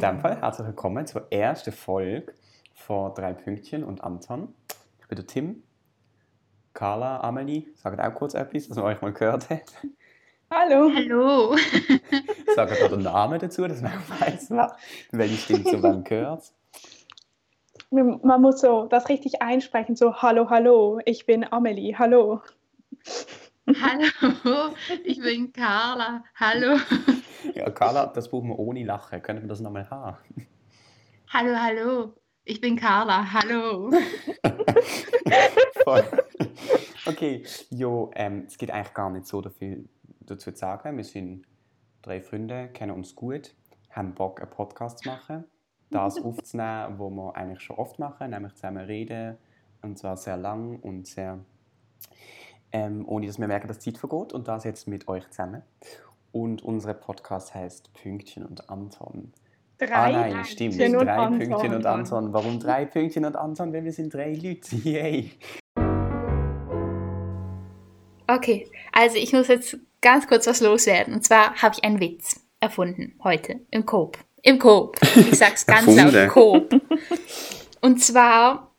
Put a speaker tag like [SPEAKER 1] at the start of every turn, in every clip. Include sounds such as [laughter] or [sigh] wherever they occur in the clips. [SPEAKER 1] dem Fall herzlich willkommen zur ersten Folge von drei Pünktchen und Anton. Ich bin der Tim, Carla, Amelie, sagt auch kurz etwas, dass man euch mal gehört hat.
[SPEAKER 2] Hallo.
[SPEAKER 3] Hallo.
[SPEAKER 1] Sagt auch den Namen dazu, dass man auch weiß, wa- welche Stimme zu wem gehört.
[SPEAKER 2] Mir- Man muss so das richtig einsprechen, so hallo, hallo, ich bin Amelie, hallo.
[SPEAKER 3] Hallo. Ich bin Carla. Hallo.
[SPEAKER 1] Ja, Carla, das brauchen wir ohne Lachen. Könnten wir das nochmal haben?
[SPEAKER 3] Hallo, hallo. Ich bin Carla. Hallo.
[SPEAKER 1] Voll. [laughs] Okay, jo, ähm, es geht eigentlich gar nicht so viel dazu zu sagen. Wir sind drei Freunde, kennen uns gut, haben Bock, einen Podcast zu machen.
[SPEAKER 2] [laughs]
[SPEAKER 1] Das aufzunehmen, was wir eigentlich schon oft machen, nämlich zusammen reden. Und zwar sehr lang und sehr. Ähm, ohne dass wir merken, dass die Zeit vergeht. Und das jetzt mit euch zusammen. Und unser Podcast heißt Pünktchen und Anton.
[SPEAKER 2] Drei.
[SPEAKER 1] ah nein, stimmt.
[SPEAKER 2] Pünktchen und
[SPEAKER 1] drei
[SPEAKER 2] Anton.
[SPEAKER 1] Pünktchen und Anton. Warum drei Pünktchen und Anton? Weil wir sind drei Leute. [laughs] Yay!
[SPEAKER 3] Okay, also ich muss jetzt ganz kurz was loswerden. Und zwar habe ich einen Witz erfunden heute im Coop. Im Coop. Ich sag's ganz
[SPEAKER 1] Erfunden.
[SPEAKER 3] laut. Coop. Und zwar,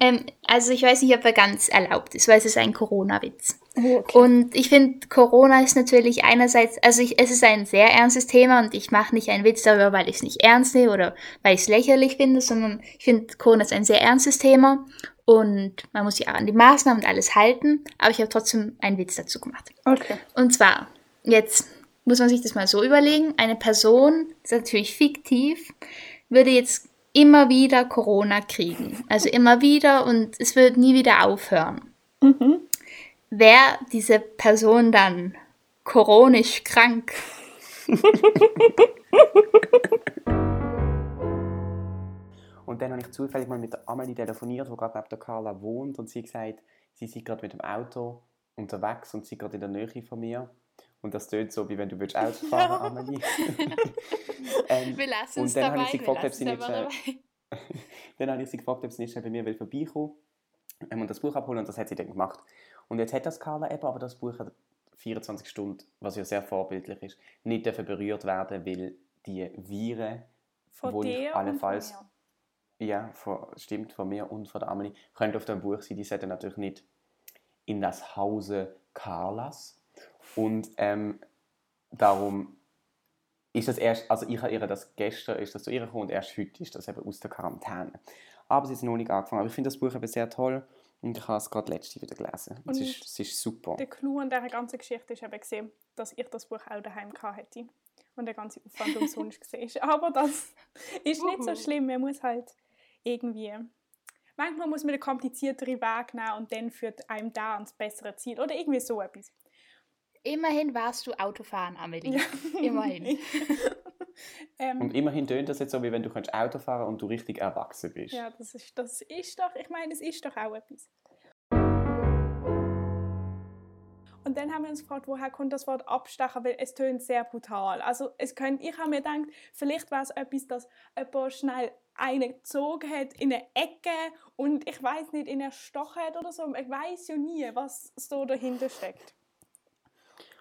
[SPEAKER 3] ähm, also ich weiß nicht, ob er ganz erlaubt ist, weil es ist ein Corona-Witz.
[SPEAKER 2] Oh, okay.
[SPEAKER 3] Und ich finde, Corona ist natürlich einerseits, also ich, es ist ein sehr ernstes Thema und ich mache nicht einen Witz darüber, weil ich es nicht ernst nehme oder weil ich es lächerlich finde, sondern ich finde, Corona ist ein sehr ernstes Thema und man muss sich auch an die Maßnahmen und alles halten, aber ich habe trotzdem einen Witz dazu gemacht.
[SPEAKER 2] okay.
[SPEAKER 3] Und zwar, jetzt muss man sich das mal so überlegen, eine Person, das ist natürlich fiktiv, würde jetzt immer wieder Corona kriegen. Also immer wieder und es wird nie wieder aufhören
[SPEAKER 2] Mhm.
[SPEAKER 3] wäre diese Person dann chronisch krank?
[SPEAKER 1] Und dann habe ich zufällig mal mit der Amelie telefoniert, die gerade neben der Carla wohnt. Und sie gesagt, sie sei gerade mit dem Auto unterwegs und sie gerade in der Nähe von mir. Und das tönt so, wie wenn du willst Auto fahren, Amelie. ähm,
[SPEAKER 3] Wir lassen
[SPEAKER 1] Und
[SPEAKER 3] es
[SPEAKER 1] dann
[SPEAKER 3] dabei.
[SPEAKER 1] habe ich sie
[SPEAKER 3] wir
[SPEAKER 1] gefragt, ob
[SPEAKER 3] lassen
[SPEAKER 1] sie
[SPEAKER 3] es
[SPEAKER 1] nicht,
[SPEAKER 3] dabei.
[SPEAKER 1] dann habe ich sie gefragt, ob sie nicht schnell bei mir will vorbeikommen ähm, und das Buch abholen. Und das hat sie dann gemacht. Und jetzt hat das Carla eben, aber das Buch hat 24 Stunden, was ja sehr vorbildlich ist, nicht dürfen berührt werden, weil die Viren,
[SPEAKER 4] Von
[SPEAKER 1] Wohl
[SPEAKER 4] dir
[SPEAKER 1] allenfalls.
[SPEAKER 4] und von mir.
[SPEAKER 1] Ja, von, stimmt, von mir und von der Amelie. Könnte auf dem Buch sein, die sollten natürlich nicht in das Hause Carlas. Und ähm, darum ist das erst, also ich habe ihr das gestern, ist das zu ihr gekommen und erst heute ist das eben aus der Quarantäne. Aber sie ist noch nicht angefangen. Aber ich finde das Buch eben sehr toll und ich habe es gerade letzte wieder gelesen. Und es,
[SPEAKER 4] Und
[SPEAKER 1] ist, es ist super.
[SPEAKER 4] Der Clou an dieser ganzen Geschichte ist eben gesehen, dass ich das Buch auch daheim gehabt hätte. Und der ganze Aufwand umsonst war. Aber das ist nicht so
[SPEAKER 3] Uhu.
[SPEAKER 4] schlimm. Man muss halt irgendwie. Manchmal muss man einen komplizierteren Weg nehmen und dann führt einem da ans bessere Ziel. Oder irgendwie so etwas.
[SPEAKER 3] Immerhin warst du Autofahren, Amelie. Immerhin.
[SPEAKER 4] [laughs] ähm,
[SPEAKER 1] Und immerhin tönt das jetzt so, wie wenn du könntest Auto fahren und du richtig erwachsen bist.
[SPEAKER 4] ja, das ist, das ist doch, ich meine, es ist doch auch etwas. Und dann haben wir uns gefragt, woher kommt das Wort abstechen, weil es tönt sehr brutal. Also es könnte, ich habe mir gedacht, vielleicht war es etwas, dass jemand schnell einen gezogen hat in eine Ecke und ich weiß nicht, in einen Stoch hat oder so. Ich weiß ja nie, was so dahinter steckt. [laughs]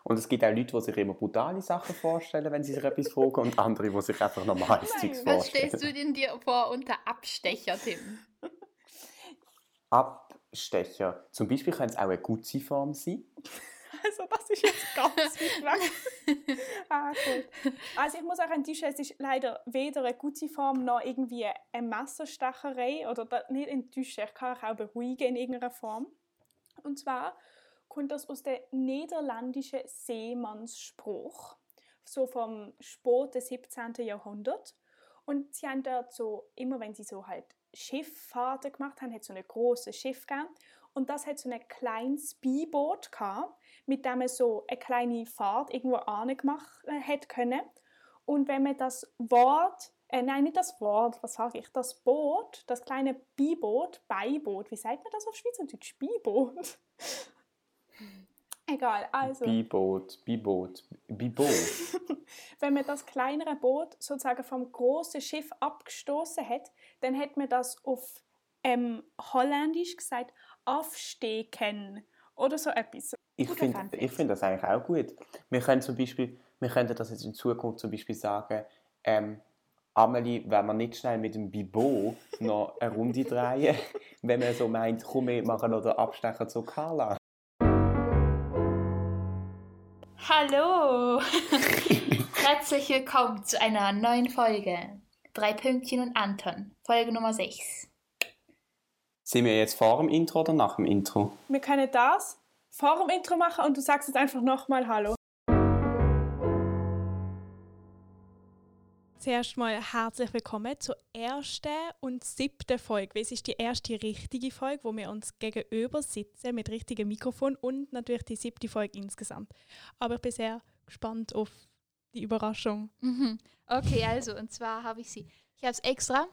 [SPEAKER 1] Und es gibt auch Leute, die sich immer brutale Sachen vorstellen, wenn sie sich etwas fragen, und andere, die sich einfach normales
[SPEAKER 4] Nein,
[SPEAKER 1] Zeugs
[SPEAKER 3] Was stellst
[SPEAKER 1] vorstellen.
[SPEAKER 3] du denn dir vor unter Abstecher, Tim?
[SPEAKER 1] Abstecher. Zum Beispiel könnte es auch eine Gutzi-Form sein.
[SPEAKER 4] Also das ist jetzt ganz weit weg. [laughs] Ah, gut. Also ich muss auch enttäuschen, es ist leider weder eine gute Form noch irgendwie eine Messerstecherei oder da- nicht enttäuschen, ich kann euch auch beruhigen in irgendeiner Form. Und zwar kommt das aus dem niederländischen Seemannsspruch, so vom Sport des 17. Jahrhunderts. Und sie haben dort so, immer wenn sie so halt Schifffahrten gemacht haben, hat so ein großes Schiff gegeben. Und das hat so ein kleines Beiboot gehabt, mit dem man so eine kleine Fahrt irgendwo angemacht äh, hätte können. Und wenn man das Wort, äh, nein, nicht das Wort, was sage ich, das Boot, das kleine Beiboot, Beiboot, wie sagt man das auf Schweizerdeutsch? Beiboot? [laughs] Egal, also.
[SPEAKER 1] Biboot, Biboot, Biboot.
[SPEAKER 4] wenn man das kleinere Boot sozusagen vom großen Schiff abgestoßen hat, dann hat man das auf ähm, Holländisch gesagt aufsteken oder so etwas.
[SPEAKER 1] Ich
[SPEAKER 3] Guter
[SPEAKER 1] finde
[SPEAKER 3] Fun Fact.
[SPEAKER 1] ich find das eigentlich auch gut. Wir können zum Beispiel, wir könnten das jetzt in Zukunft zum Beispiel sagen, ähm, Amelie, wenn wir nicht schnell mit dem Bibo noch eine Runde drehen, [laughs] wenn man so meint, komm, wir machen noch den Abstecher zu Carla.
[SPEAKER 3] [laughs]
[SPEAKER 1] [laughs]
[SPEAKER 3] Hallo! Herzlich willkommen zu einer neuen Folge. Drei Pünktchen und Anton, Folge Nummer 6.
[SPEAKER 1] Sind wir jetzt vor dem Intro oder nach dem Intro?
[SPEAKER 4] Wir können das vor dem Intro machen und du sagst jetzt einfach nochmal Hallo. Zuerst mal herzlich willkommen zur ersten und siebten Folge. Es ist die erste richtige Folge, wo wir uns gegenüber sitzen mit richtigem Mikrofon und natürlich die siebte Folge insgesamt. Aber ich bin sehr gespannt auf die Überraschung.
[SPEAKER 3] Mhm. Okay, also, und zwar habe ich sie. Ich habe es extra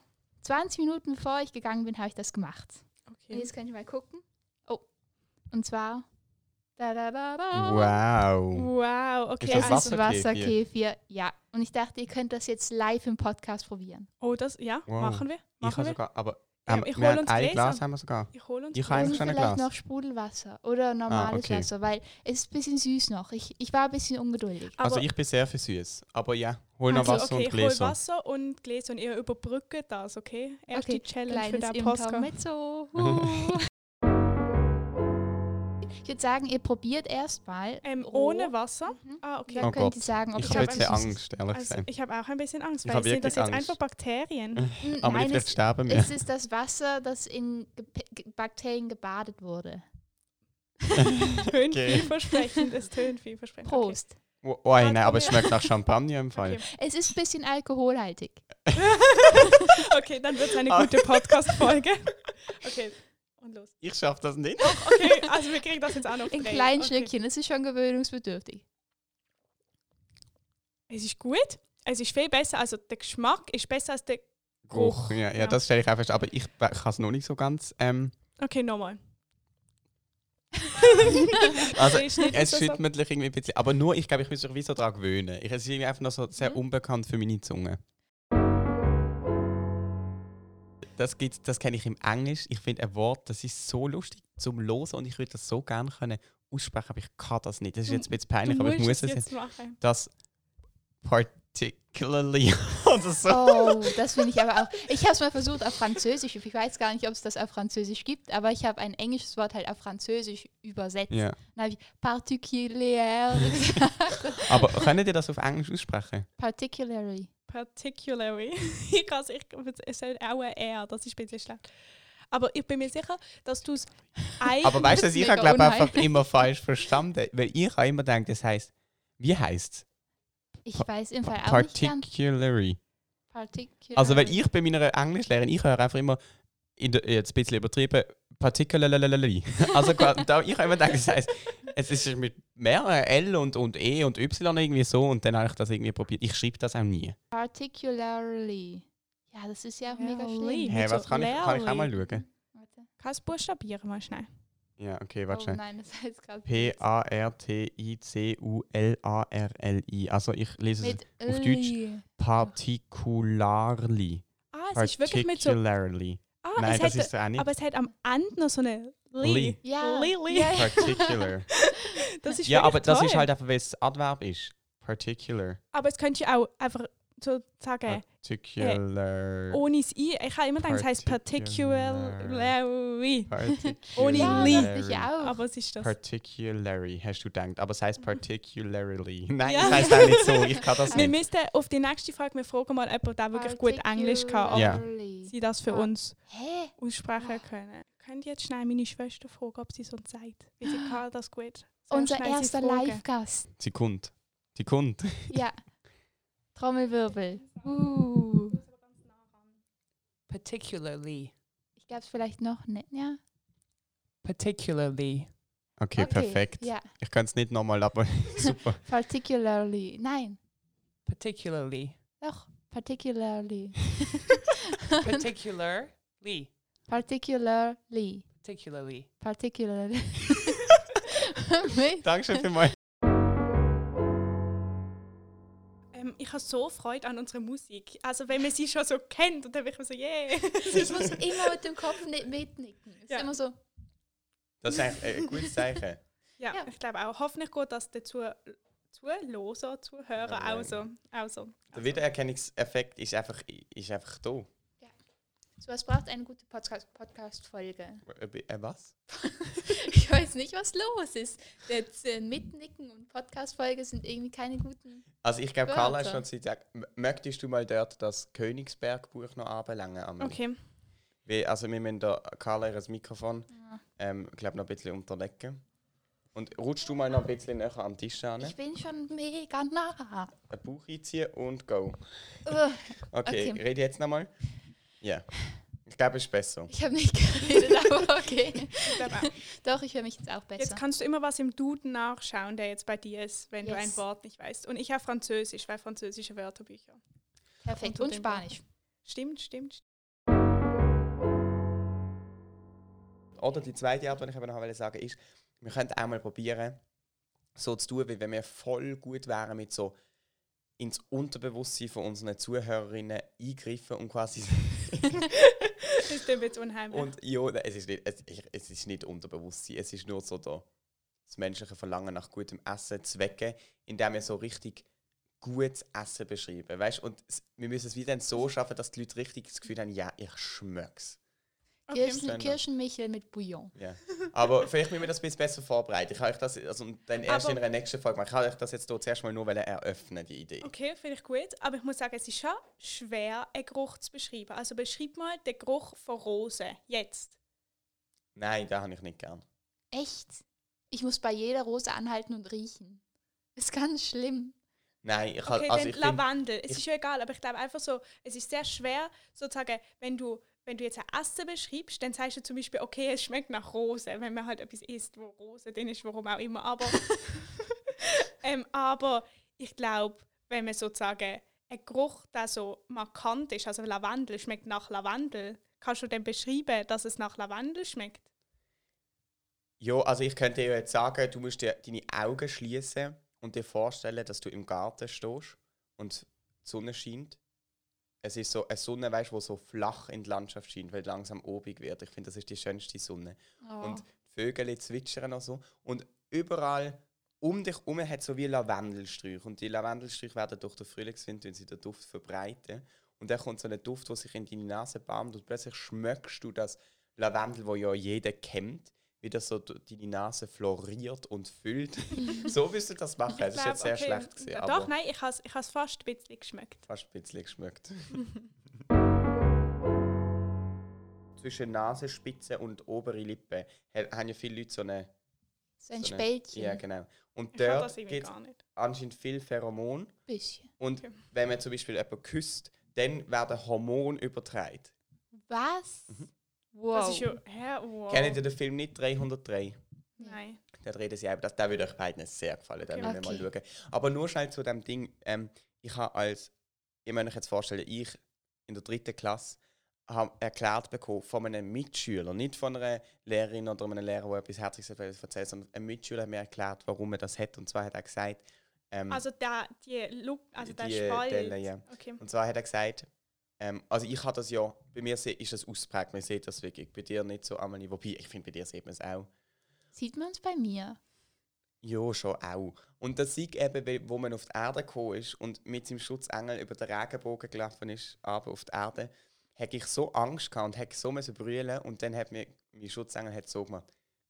[SPEAKER 3] 20 Minuten bevor ich gegangen bin, habe ich das gemacht. Und
[SPEAKER 4] Okay.
[SPEAKER 3] Jetzt kann ich mal gucken. Oh. Und zwar. Da, da, da, da.
[SPEAKER 5] Wow.
[SPEAKER 4] Wow, okay.
[SPEAKER 5] Ist
[SPEAKER 3] Es
[SPEAKER 5] das
[SPEAKER 3] ist
[SPEAKER 4] also,
[SPEAKER 3] Wasserkefir.
[SPEAKER 5] Wasserkefir?
[SPEAKER 3] ja. Und ich dachte, ihr könnt das jetzt live im Podcast probieren.
[SPEAKER 4] oh, das, ja,
[SPEAKER 5] Wow.
[SPEAKER 4] machen wir.
[SPEAKER 5] Ich
[SPEAKER 4] Machen
[SPEAKER 5] habe
[SPEAKER 4] wir.
[SPEAKER 5] sogar, aber
[SPEAKER 4] Ja,
[SPEAKER 5] ähm,
[SPEAKER 4] ich
[SPEAKER 5] wir
[SPEAKER 4] hol
[SPEAKER 5] haben
[SPEAKER 4] uns
[SPEAKER 5] ein
[SPEAKER 4] Gläser.
[SPEAKER 5] Glas haben wir sogar.
[SPEAKER 4] Ich hole uns
[SPEAKER 5] Ich habe
[SPEAKER 3] Und
[SPEAKER 5] eigentlich schon ein
[SPEAKER 3] vielleicht
[SPEAKER 5] Glas.
[SPEAKER 3] noch Sprudelwasser oder normales
[SPEAKER 1] Ah,
[SPEAKER 5] okay.
[SPEAKER 3] Wasser, weil es ist ein bisschen süß noch. Ich, ich war ein bisschen ungeduldig.
[SPEAKER 4] Aber-
[SPEAKER 5] also ich bin sehr für süß. Aber ja, hol noch
[SPEAKER 4] also,
[SPEAKER 5] Wasser
[SPEAKER 4] okay,
[SPEAKER 5] und
[SPEAKER 4] Ich hole
[SPEAKER 5] Gläser.
[SPEAKER 4] Wasser und Gläser und ihr überbrückt das, okay? Erste
[SPEAKER 3] Okay,
[SPEAKER 4] Challenge für
[SPEAKER 3] Kleines
[SPEAKER 4] den
[SPEAKER 3] Imker
[SPEAKER 4] Posca. [laughs]
[SPEAKER 3] mit so. ich würde sagen, ihr probiert erstmal.
[SPEAKER 4] Ähm, ohne Wasser?
[SPEAKER 3] Mhm.
[SPEAKER 4] Ah, okay.
[SPEAKER 3] Dann
[SPEAKER 5] Oh
[SPEAKER 3] könnt
[SPEAKER 5] Gott,
[SPEAKER 3] ihr sagen, ob
[SPEAKER 5] Ich
[SPEAKER 4] ich
[SPEAKER 5] habe
[SPEAKER 4] hab
[SPEAKER 5] jetzt sehr
[SPEAKER 3] süß ist.
[SPEAKER 5] Angst, ehrlich
[SPEAKER 4] Also,
[SPEAKER 5] gesagt.
[SPEAKER 4] ich habe auch ein bisschen Angst,
[SPEAKER 5] Ich
[SPEAKER 4] weil
[SPEAKER 5] hab
[SPEAKER 4] sind das
[SPEAKER 5] wirklich
[SPEAKER 4] jetzt
[SPEAKER 5] Angst.
[SPEAKER 4] einfach
[SPEAKER 5] [laughs]
[SPEAKER 4] Bakterien?
[SPEAKER 5] Aber
[SPEAKER 3] hm, Nein,
[SPEAKER 5] vielleicht
[SPEAKER 3] es,
[SPEAKER 5] sterben wir.
[SPEAKER 3] es ist das Wasser, das in Gep- Ge- Bakterien gebadet wurde.
[SPEAKER 4] Tönt
[SPEAKER 5] Okay.
[SPEAKER 4] vielversprechend, es tönt vielversprechend.
[SPEAKER 3] Prost.
[SPEAKER 5] Oh, oh nein, aber es schmeckt nach
[SPEAKER 4] [laughs]
[SPEAKER 5] Champagner im Fall.
[SPEAKER 4] Okay.
[SPEAKER 3] Es ist ein bisschen alkoholhaltig.
[SPEAKER 4] Okay, okay dann wird es eine
[SPEAKER 5] [laughs]
[SPEAKER 4] gute Podcast-Folge. Okay, und los.
[SPEAKER 5] Ich schaffe das nicht.
[SPEAKER 4] Okay, also wir kriegen das jetzt auch noch
[SPEAKER 3] In
[SPEAKER 4] frei.
[SPEAKER 3] kleinen
[SPEAKER 4] okay.
[SPEAKER 3] Schlückchen. Es ist schon gewöhnungsbedürftig.
[SPEAKER 4] Es ist gut, es ist viel besser, also der Geschmack ist besser als der... Geruch,
[SPEAKER 5] Geruch. Ja, ja,
[SPEAKER 4] ja.
[SPEAKER 5] das stelle ich auch fest. Aber ich kann es noch nicht so ganz. Ähm,
[SPEAKER 4] Okay, nochmal.
[SPEAKER 5] also
[SPEAKER 4] ist nicht
[SPEAKER 5] [laughs] es
[SPEAKER 4] so-
[SPEAKER 5] schüttelt mich irgendwie ein bisschen. Aber nur, ich glaube, ich muss mich wieder daran gewöhnen. Ich, es ist irgendwie einfach noch so sehr
[SPEAKER 3] Mhm.
[SPEAKER 5] unbekannt für meine Zunge. Das, gibt's- das kenne ich im Englisch. Ich finde ein Wort, das ist so lustig zum Losen und ich würde das so gerne können aussprechen, aber ich kann das nicht. Das ist
[SPEAKER 4] Du-
[SPEAKER 5] jetzt ein bisschen
[SPEAKER 4] Du
[SPEAKER 5] peinlich, aber ich
[SPEAKER 4] musst
[SPEAKER 5] muss
[SPEAKER 4] es
[SPEAKER 5] es jetzt.
[SPEAKER 4] jetzt machen.
[SPEAKER 5] Das particularly [laughs] oder so.
[SPEAKER 3] Oh, das finde ich aber auch. Ich habe es mal versucht auf Französisch. Ich weiß gar nicht, ob es das auf Französisch gibt, aber ich habe ein englisches Wort halt auf Französisch übersetzt.
[SPEAKER 5] Ja.
[SPEAKER 3] Dann habe ich particulier [laughs] gesagt.
[SPEAKER 5] Aber könnt ihr das auf Englisch aussprechen?
[SPEAKER 3] Particularly.
[SPEAKER 4] particularly.
[SPEAKER 6] [laughs]
[SPEAKER 4] ich kann es, ich, es
[SPEAKER 6] halt
[SPEAKER 4] soll auch ein R, das ist ein bisschen schlecht. Aber ich bin mir sicher, dass du es eigentlich...
[SPEAKER 5] Aber weißt du,
[SPEAKER 3] Das ist
[SPEAKER 5] ich habe
[SPEAKER 3] mega
[SPEAKER 5] glaube einfach
[SPEAKER 3] unheimlich.
[SPEAKER 5] immer falsch verstanden. Weil ich habe immer gedacht, das heißt, wie heißt es?
[SPEAKER 3] Ich
[SPEAKER 5] Pa-
[SPEAKER 3] weiß im Fall auch nicht ganz.
[SPEAKER 5] Particularly.
[SPEAKER 3] Particularly.
[SPEAKER 5] Also weil ich bei meiner Englischlehrerin, ich höre einfach immer, in der, jetzt ein bisschen übertrieben, particularly. [laughs] Also quasi- da, ich habe immer gedacht, das heißt, es ist mit mehreren L und, und E und Y irgendwie so und dann habe ich das irgendwie probiert. Ich schreibe das auch nie.
[SPEAKER 3] Particularly. Ja, das ist ja auch mega
[SPEAKER 4] Larly.
[SPEAKER 3] schlimm.
[SPEAKER 5] Hey,
[SPEAKER 4] Mit
[SPEAKER 5] was
[SPEAKER 4] so
[SPEAKER 5] kann ich, kann ich auch mal
[SPEAKER 4] Larry.
[SPEAKER 5] schauen?
[SPEAKER 3] Warte.
[SPEAKER 4] Kannst du buchstabieren mal schnell?
[SPEAKER 5] Ja, okay, warte
[SPEAKER 3] Oh
[SPEAKER 5] schnell.
[SPEAKER 3] nein, [laughs] das heißt gerade.
[SPEAKER 5] P-A-R-T-I-C-U-L-A-R-L-I. Also ich lese es
[SPEAKER 3] Mit
[SPEAKER 5] auf Deutsch.
[SPEAKER 3] Li.
[SPEAKER 5] particularly.
[SPEAKER 4] Ah, es ist wirklich mit so...
[SPEAKER 5] Particularly.
[SPEAKER 4] Ah,
[SPEAKER 5] Nein,
[SPEAKER 4] es
[SPEAKER 5] das
[SPEAKER 4] hat,
[SPEAKER 5] ist auch nicht.
[SPEAKER 4] aber es hat am Ende noch so eine Li.
[SPEAKER 5] Li.
[SPEAKER 3] Ja.
[SPEAKER 4] Lily.
[SPEAKER 3] Ja, ja.
[SPEAKER 5] Particular.
[SPEAKER 4] [laughs] Das ist
[SPEAKER 5] ja, aber
[SPEAKER 4] wirklich
[SPEAKER 5] das ist
[SPEAKER 4] toll.
[SPEAKER 5] halt einfach, weil es Adverb ist. Particular.
[SPEAKER 4] Aber es könntest du auch einfach so sagen,
[SPEAKER 5] Particular. [laughs]
[SPEAKER 4] ohne das I. Ich habe immer gedacht, es heißt particularly. Ohne
[SPEAKER 3] Ja,
[SPEAKER 4] Li.
[SPEAKER 3] das ich auch.
[SPEAKER 4] Aber es ist das.
[SPEAKER 5] Particularly, hast du gedacht. Aber es heißt particularly. [laughs] Nein,
[SPEAKER 4] Mhm. Ja.
[SPEAKER 5] es heißt auch nicht
[SPEAKER 4] [laughs]
[SPEAKER 5] so. Ich kann das
[SPEAKER 4] wir
[SPEAKER 5] nicht.
[SPEAKER 4] müssten auf die nächste Frage, wir fragen mal jemanden, der wirklich gut Englisch kann, ob
[SPEAKER 5] Ja.
[SPEAKER 4] sie das für
[SPEAKER 3] Ah.
[SPEAKER 4] uns
[SPEAKER 3] Hä?
[SPEAKER 4] aussprechen können. Könnt ihr jetzt schnell meine Schwester fragen, ob sie so sagt? Weil sie kann das gut. Soll ich
[SPEAKER 3] Unser
[SPEAKER 4] schnell sie
[SPEAKER 3] erster
[SPEAKER 4] fragen?
[SPEAKER 3] Live-Gast.
[SPEAKER 5] Sie kommt. Sie kommt.
[SPEAKER 3] Ja. Trommelwirbel. Uh.
[SPEAKER 7] particularly
[SPEAKER 3] [laughs] Ich glaube es vielleicht noch nicht, ja?
[SPEAKER 7] particularly
[SPEAKER 5] Okay, perfekt.
[SPEAKER 3] Ja.
[SPEAKER 5] Ich kann es nicht nochmal, aber [laughs] super.
[SPEAKER 3] Particularly. Nein.
[SPEAKER 7] particularly
[SPEAKER 3] Doch. Particularly.
[SPEAKER 7] particularly
[SPEAKER 3] particularly.
[SPEAKER 7] particularly
[SPEAKER 3] Particularly. [laughs] Mit-
[SPEAKER 5] Dankeschön für mal.
[SPEAKER 4] Ähm, ich habe so Freude an unserer Musik. Also wenn man sie schon so kennt, dann bin ich mir so, yeah. [laughs]
[SPEAKER 3] ich muss immer mit dem Kopf nicht mitnicken. Es ist
[SPEAKER 4] Ja.
[SPEAKER 3] immer so.
[SPEAKER 5] Das ist eigentlich ein gutes Zeichen.
[SPEAKER 4] Ja,
[SPEAKER 3] Ja.
[SPEAKER 4] ich glaube auch. Hoffentlich geht das dazu
[SPEAKER 6] Zuhörer, Zuhörer,
[SPEAKER 5] Nein.
[SPEAKER 6] also, also.
[SPEAKER 5] Der Wiedererkennungseffekt ist einfach, ist einfach da.
[SPEAKER 3] So was braucht eine gute Podcast- Podcast-Folge.
[SPEAKER 5] Äh, was?
[SPEAKER 3] ich weiß nicht, was los ist. Das äh, Mitnicken und Podcast-Folge sind irgendwie keine guten.
[SPEAKER 5] Also ich glaube, Carla ist
[SPEAKER 3] Wörter.
[SPEAKER 5] noch zu sagen, m- möchtest du mal dort das Königsbergbuch noch anbelangen? Amelie?
[SPEAKER 6] Okay.
[SPEAKER 5] Weil, also wir müssen da Carla ihr Mikrofon, ähm, glaube noch ein bisschen unterlegen. Und rutschst du mal noch ein bisschen näher am Tisch an,
[SPEAKER 3] Ich bin schon mega nah.
[SPEAKER 5] ein Buch einziehen und go.
[SPEAKER 3] Ugh,
[SPEAKER 5] [laughs]
[SPEAKER 3] Okay.
[SPEAKER 5] Okay, rede jetzt nochmal. Ja. Ich glaube, es ist besser.
[SPEAKER 3] Ich habe nicht [laughs] geredet, aber okay.
[SPEAKER 6] Aber
[SPEAKER 3] Doch, ich höre mich jetzt auch besser.
[SPEAKER 6] Jetzt kannst du immer was im Duden nachschauen, der jetzt bei dir ist, wenn du ein
[SPEAKER 3] Yes.
[SPEAKER 6] Wort nicht weißt. Und ich habe Französisch, weil französische Wörterbücher.
[SPEAKER 3] Perfekt.
[SPEAKER 6] unter
[SPEAKER 3] Und
[SPEAKER 6] dem Baum.
[SPEAKER 3] Spanisch.
[SPEAKER 6] Stimmt, stimmt.
[SPEAKER 5] Oder die zweite Art, die ich eben noch wollte sagen ist, wir könnten auch mal probieren, so zu tun, wie wenn wir voll gut wären mit so ins Unterbewusstsein von unseren Zuhörerinnen eingreifen und
[SPEAKER 6] [laughs]
[SPEAKER 5] quasi
[SPEAKER 6] Das klingt jetzt unheimlich.
[SPEAKER 5] Und ja, nein, es ist, nicht, es, ich- es ist nicht Unterbewusstsein, es ist nur so da, das menschliche Verlangen nach gutem Essen zu wecken, indem wir so richtig gutes Essen beschreiben. Weißt? Und es, wir müssen es wieder dann so schaffen, dass die Leute richtig das Gefühl haben, ja, ich schmeck's.
[SPEAKER 3] Kirschen,
[SPEAKER 5] Sender.
[SPEAKER 3] Kirschenmichel mit Bouillon.
[SPEAKER 5] Ja. Aber vielleicht müssen wir das ein bisschen besser vorbereiten. Ich habe euch das, also und dann erst
[SPEAKER 6] Aber-
[SPEAKER 5] in der nächsten Folge, machen. ich habe euch das jetzt hier zuerst mal nur wollen eröffnen, die Idee.
[SPEAKER 6] Okay, finde ich gut. Aber ich muss sagen, es ist schon schwer, einen Geruch zu beschreiben. Also beschreib mal den Geruch von Rosen. Jetzt.
[SPEAKER 5] Nein, das habe ich nicht gern.
[SPEAKER 3] Echt? Ich muss bei jeder Rose anhalten und riechen. Ist ganz schlimm.
[SPEAKER 5] Nein, ich habe,
[SPEAKER 6] Okay,
[SPEAKER 5] also
[SPEAKER 6] dann
[SPEAKER 5] ich finde,
[SPEAKER 6] Lavendel.
[SPEAKER 5] ich-
[SPEAKER 6] es ist ja egal, aber ich glaube einfach so, es ist sehr schwer, sozusagen, wenn du, wenn du jetzt ein Essen beschreibst, dann sagst du zum Beispiel, okay, es schmeckt nach Rose, wenn man halt etwas isst, wo Rose drin ist, warum auch immer.
[SPEAKER 5] [laughs]
[SPEAKER 6] Aber, ähm, aber ich glaube, wenn man sozusagen ein Geruch, der so markant ist, also Lavendel schmeckt nach Lavendel, kannst du dann beschreiben, dass es nach Lavendel schmeckt?
[SPEAKER 5] Ja, also ich könnte dir jetzt sagen, du musst dir deine Augen schließen und dir vorstellen, dass du im Garten stehst und die Sonne scheint. Es ist so eine Sonne, weißt du, die so flach in die Landschaft scheint, weil langsam obig wird. Ich finde, das ist die schönste Sonne.
[SPEAKER 3] Oh.
[SPEAKER 5] Und die Vögel zwitschern und so. Und überall um dich herum hat so wie Lavendelsträuche. Und die Lavendelsträuche werden durch den Frühlingswind, wenn sie den Duft verbreiten. Und dann kommt so ein Duft, der sich in deine Nase bäumt und plötzlich schmeckst du das Lavendel, wo ja jeder kennt, wie das so durch deine Nase floriert
[SPEAKER 6] [laughs]
[SPEAKER 5] und füllt. so wirst du das machen. Es ist
[SPEAKER 6] Glaub,
[SPEAKER 5] jetzt sehr
[SPEAKER 6] okay,
[SPEAKER 5] schlecht gewesen, aber
[SPEAKER 6] Doch, nein, ich habe es ich has fast ein bisschen geschmeckt.
[SPEAKER 5] fast ein bisschen geschmeckt. Zwischen Nasenspitze und obere Lippe ha- haben ja viele Leute so eine
[SPEAKER 3] so ein
[SPEAKER 5] so eine-
[SPEAKER 3] Spältchen.
[SPEAKER 5] Ja, genau. Und
[SPEAKER 6] Ich habe
[SPEAKER 5] dort
[SPEAKER 6] das irgendwie
[SPEAKER 5] gibt es
[SPEAKER 6] gar nicht.
[SPEAKER 5] anscheinend viel Pheromon.
[SPEAKER 3] bisschen.
[SPEAKER 5] Und
[SPEAKER 6] Okay.
[SPEAKER 5] wenn man zum Beispiel jemanden küsst, dann werden Hormone übertragen.
[SPEAKER 3] Was?
[SPEAKER 5] Mhm.
[SPEAKER 3] Wow.
[SPEAKER 6] Das ist ja, hä, wow.
[SPEAKER 5] Kennt ihr den Film nicht 303?
[SPEAKER 6] Nein.
[SPEAKER 5] Dann reden sie auch über das. Der würde euch beiden sehr gefallen. Den
[SPEAKER 6] Okay.
[SPEAKER 5] müssen wir mal
[SPEAKER 3] Okay.
[SPEAKER 5] schauen. Aber nur schnell zu dem Ding. Ähm, ich habe als, ich möchte euch jetzt vorstellen, ich in der dritten Klasse habe erklärt bekommen von einem Mitschüler, nicht von einer Lehrerin oder einem Lehrer, der etwas Herzliches erzählt, sondern ein Mitschüler hat mir erklärt, warum er das hat. Und zwar hat er gesagt, ähm,
[SPEAKER 6] Also der, die Look, also der
[SPEAKER 5] Die
[SPEAKER 6] Spalt.
[SPEAKER 5] Delle, ja.
[SPEAKER 6] Okay.
[SPEAKER 5] Und zwar hat er gesagt, ähm, also ich habe das ja, bei mir se- ist das ausprägt, man sieht das wirklich, bei dir nicht so, Amelie, wobei ich finde, bei dir sieht man es auch.
[SPEAKER 3] Sieht man es bei mir?
[SPEAKER 5] Ja, schon auch. Und das Sieg eben, weil- wo man auf die Erde gekommen ist und mit seinem Schutzengel über den Regenbogen gelaufen ist, aber auf die Erde, hätte ich so Angst gehabt und hätte so müssen brüllen und dann hat mir, mein Schutzengel hat so gemacht.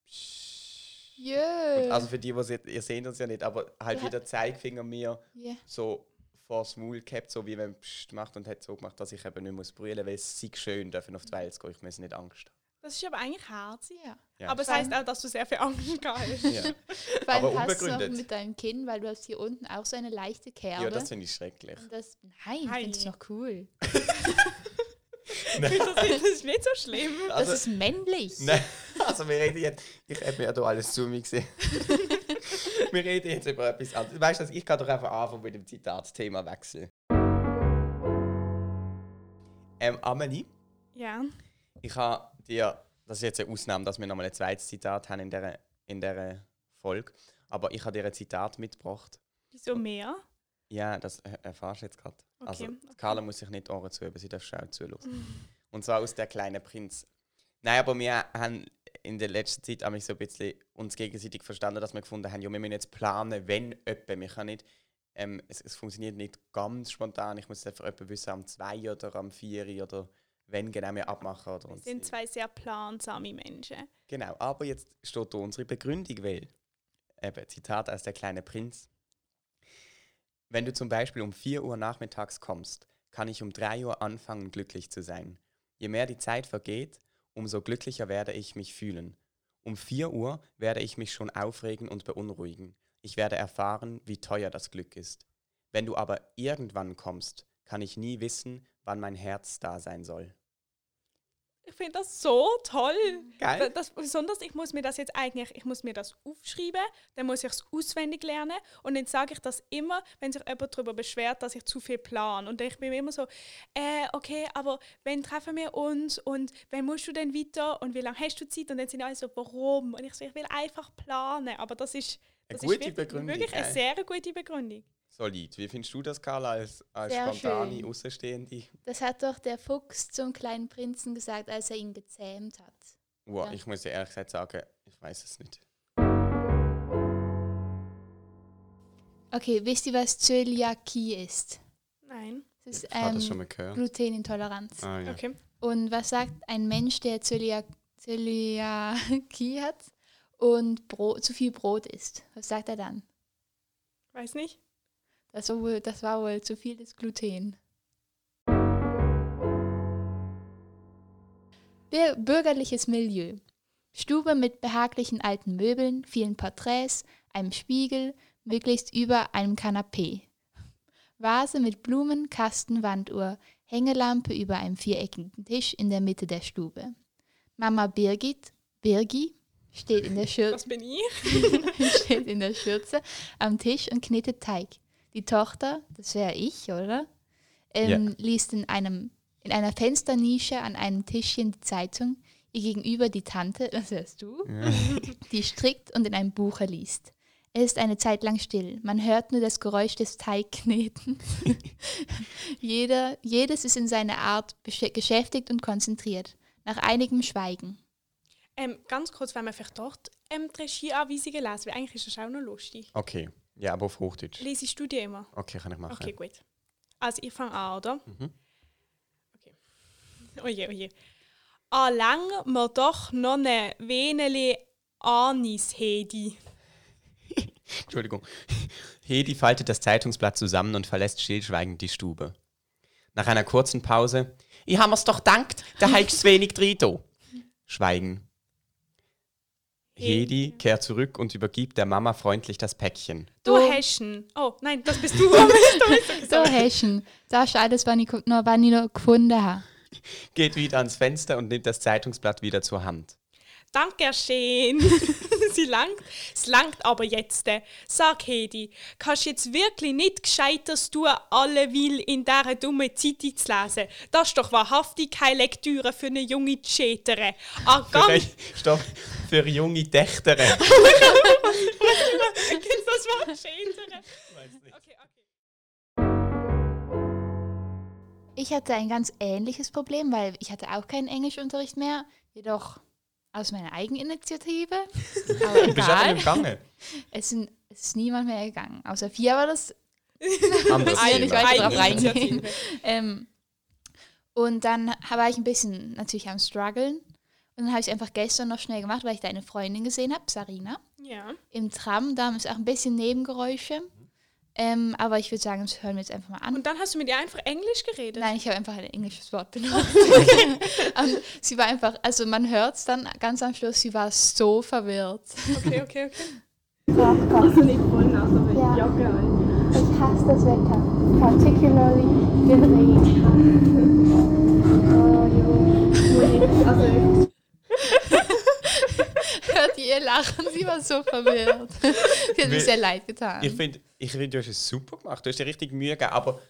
[SPEAKER 5] Psst.
[SPEAKER 3] Jö.
[SPEAKER 5] Und also für die, die se- ihr seht uns ja nicht, aber halt
[SPEAKER 3] Äh. Ja.
[SPEAKER 5] wieder Zeigefinger mir
[SPEAKER 3] Ja.
[SPEAKER 5] so vors Maul gehabt, so wie wenn Psst macht und hat so gemacht, dass ich eben nicht muss brüllen, weil es sei schön, dürfen auf die Welt gehen, ich muss nicht Angst haben.
[SPEAKER 6] Das ist aber eigentlich herzig.
[SPEAKER 3] ja.
[SPEAKER 5] Ja.
[SPEAKER 6] Aber es heisst auch, dass du sehr viel Angst gehabt
[SPEAKER 5] [laughs]
[SPEAKER 6] hast.
[SPEAKER 5] ja.
[SPEAKER 3] Vor allem
[SPEAKER 5] Aber
[SPEAKER 3] passt es noch
[SPEAKER 5] unbegründet.
[SPEAKER 3] mit deinem Kinn, weil du hast hier unten auch so eine leichte Kerbe.
[SPEAKER 5] ja, das finde ich schrecklich.
[SPEAKER 3] Und das, nein,
[SPEAKER 6] Ei.
[SPEAKER 3] ich finde es noch
[SPEAKER 5] [laughs]
[SPEAKER 3] cool.
[SPEAKER 6] das, ist, das ist nicht so schlimm.
[SPEAKER 3] Das
[SPEAKER 5] Also-
[SPEAKER 3] ist männlich.
[SPEAKER 5] Nein, [laughs] also wir reden jetzt, ich habe mir ja da alles zu mir gesehen. [laughs] wir reden jetzt über etwas anderes. Weißt du, was, ich kann doch einfach anfangen mit dem Zitatsthema wechseln. Ähm, Amelie,
[SPEAKER 6] Ja.
[SPEAKER 5] ich habe dir, das ist jetzt eine Ausnahme, dass wir nochmal ein zweites Zitat haben in dieser, in dieser Folge, aber ich habe dir ein Zitat mitgebracht.
[SPEAKER 6] Wieso mehr?
[SPEAKER 5] Ja, das er- erfahrst du jetzt gerade. Also,
[SPEAKER 6] Okay,
[SPEAKER 5] Carla muss sich nicht die Ohren zuhören, sie darf schon auch zuhören. Und zwar aus «Der kleine Prinz». Nein, aber wir haben in der letzten Zeit haben wir so ein bisschen uns gegenseitig verstanden, dass wir gefunden haben, ja, wir müssen jetzt planen, wenn öppe. Wir können nicht, ähm, es, es funktioniert nicht ganz spontan. Ich muss es einfach öppe wissen, am 2 oder am 4 oder wenn genau wir abmachen. Oder
[SPEAKER 4] Wir
[SPEAKER 5] uns
[SPEAKER 4] sind zwei sehr plansame Menschen.
[SPEAKER 5] Genau, aber jetzt steht da unsere Begründung, weil, eben, Zitat aus der kleine Prinz. Wenn du zum Beispiel um 4 Uhr nachmittags kommst, kann ich um 3 Uhr anfangen, glücklich zu sein. Je mehr die Zeit vergeht, umso glücklicher werde ich mich fühlen. Um 4 Uhr werde ich mich schon aufregen und beunruhigen. Ich werde erfahren, wie teuer das Glück ist. Wenn du aber irgendwann kommst, kann ich nie wissen, wann mein Herz da sein soll.
[SPEAKER 4] Ich finde das so toll. Da-
[SPEAKER 5] Geil?
[SPEAKER 4] Das, besonders, ich muss mir das jetzt eigentlich, ich muss mir das aufschreiben, dann muss ich es auswendig lernen und dann sage ich das immer, wenn sich jemand darüber beschwert, dass ich zu viel plane. Und ich bin immer so, äh, okay, aber wenn treffen wir uns und wenn musst du denn weiter und wie lange hast du Zeit? Und dann sind alle so, warum? Und ich so, ich will einfach planen. Aber das ist, das
[SPEAKER 5] Eine gute
[SPEAKER 4] ist wirklich,
[SPEAKER 5] Begründung,
[SPEAKER 4] wirklich eine
[SPEAKER 5] gell?
[SPEAKER 4] sehr gute Begründung.
[SPEAKER 5] Solid. Wie findest du das, Carla, als, als
[SPEAKER 8] Sehr
[SPEAKER 5] spontane,
[SPEAKER 8] schön.
[SPEAKER 5] Außenstehende?
[SPEAKER 8] Das hat doch der Fuchs zum kleinen Prinzen gesagt, als er ihn gezähmt hat.
[SPEAKER 5] Wow,
[SPEAKER 8] Ja.
[SPEAKER 5] ich muss dir ehrlich gesagt sagen, ich weiß es nicht.
[SPEAKER 8] Okay, wisst ihr, was Zöliakie ist?
[SPEAKER 4] Nein.
[SPEAKER 8] Das ist
[SPEAKER 5] ich habe
[SPEAKER 8] ähm,
[SPEAKER 5] das schon mal gehört.
[SPEAKER 8] Glutenintoleranz.
[SPEAKER 5] Ah, ja.
[SPEAKER 4] Okay.
[SPEAKER 8] Und was sagt ein Mensch, der Zölia Zöliakie hat und Bro zu viel Brot isst? Was sagt er dann?
[SPEAKER 4] Weiß nicht.
[SPEAKER 8] Das war wohl, das war wohl zu viel des Gluten. Bir bürgerliches Milieu. Stube mit behaglichen alten Möbeln, vielen Porträts, einem Spiegel, möglichst über einem Kanapee. Vase mit Blumen, Kasten, Wanduhr, Hängelampe über einem viereckigen Tisch in der Mitte der Stube. Mama Birgit, Birgi, steht in der Schürze
[SPEAKER 4] Das bin ich.
[SPEAKER 8] [laughs] steht in der Schürze am Tisch und knetet Teig. Die Tochter, das wäre ich, oder? Ähm, Liest in, einem, in einer Fensternische an einem Tischchen die Zeitung. Ihr gegenüber die Tante, [laughs] das wärst du, [laughs] die strickt und in einem Buche liest. Es ist eine Zeit lang still. Man hört nur das Geräusch des Teigkneten. [laughs] Jeder, jedes ist in seiner Art besch- geschäftigt und konzentriert. Nach einigem Schweigen.
[SPEAKER 4] Ähm, ganz kurz, wenn wir vielleicht dort ähm, die Regieanweisungen lesen, weil eigentlich ist das auch noch lustig.
[SPEAKER 5] Okay, ja, aber auf Hochdeutsch.
[SPEAKER 4] Lesest du die immer?
[SPEAKER 5] Okay, kann ich machen.
[SPEAKER 4] Okay, gut. Also ich fange an, oder?
[SPEAKER 5] Mhm.
[SPEAKER 4] Okay. Oje, oje. Ah, lang mir doch noch ne Veneli Anis hedi.
[SPEAKER 5] Entschuldigung. [laughs] Hedi faltet das Zeitungsblatt zusammen und verlässt stillschweigend die Stube. Nach einer kurzen Pause. Ich hammer's doch dankt, da heißt wenig Drito. Schweigen. Hedi kehrt zurück und übergibt der Mama freundlich das Päckchen.
[SPEAKER 4] Du
[SPEAKER 8] Oh.
[SPEAKER 4] Heschen. Oh, nein, das bist du. [laughs] Du bist- du bist-
[SPEAKER 8] So, Häschen, da schaut es, wann ich noch, wann ich noch gefunden habe.
[SPEAKER 5] Geht wieder ans Fenster und nimmt das Zeitungsblatt wieder zur Hand.
[SPEAKER 4] Danke schön. [laughs] Sie langt, es langt aber jetzt. äh. Sag Hedi, kannst jetzt wirklich nicht gescheiters tun, alle will in dieser dummen Zeitung zu lesen. Das ist doch wahrhaftig keine Lektüre für eine junge Tschetere. Ah,
[SPEAKER 5] Für,
[SPEAKER 4] ganz
[SPEAKER 5] stopp, für junge Dächtere.
[SPEAKER 4] Kennst du das Wort Schädere? Okay, okay.
[SPEAKER 8] Ich hatte ein ganz ähnliches Problem, weil ich hatte auch keinen Englischunterricht mehr, jedoch aus meiner Eigeninitiative.
[SPEAKER 5] [laughs]
[SPEAKER 8] Aber
[SPEAKER 5] Du bist
[SPEAKER 8] egal,
[SPEAKER 5] einfach im Gange.
[SPEAKER 8] es, sind, es ist niemand mehr gegangen. Außer vier war das.
[SPEAKER 5] Anderes
[SPEAKER 8] Ein-
[SPEAKER 5] Thema.
[SPEAKER 8] weiter drauf reingehen. [laughs] Ähm, und dann war ich ein bisschen natürlich am struggeln. Und dann habe ich einfach gestern noch schnell gemacht, weil ich da eine Freundin gesehen habe, Sarina.
[SPEAKER 4] Ja.
[SPEAKER 8] Im Tram, da haben es auch ein bisschen Nebengeräusche. Ähm, aber ich würde sagen, das hören wir jetzt einfach mal an.
[SPEAKER 4] Und dann hast du mit ihr einfach Englisch geredet.
[SPEAKER 8] Nein, ich habe einfach ein englisches Wort benutzt.
[SPEAKER 4] [laughs]
[SPEAKER 8] [laughs] Ähm, sie war einfach, also man hört es dann ganz am Schluss, sie war so verwirrt.
[SPEAKER 4] Okay, okay, okay.
[SPEAKER 9] Ich hasse das Wetter, particularly den Regen.
[SPEAKER 8] Hört ihr ihr Lachen? Sie war so verwirrt. sie hat mir
[SPEAKER 5] Will-
[SPEAKER 8] sehr leid getan.
[SPEAKER 5] Ich finde, ich find, du hast es super gemacht. Du hast dir richtig Mühe gegeben, aber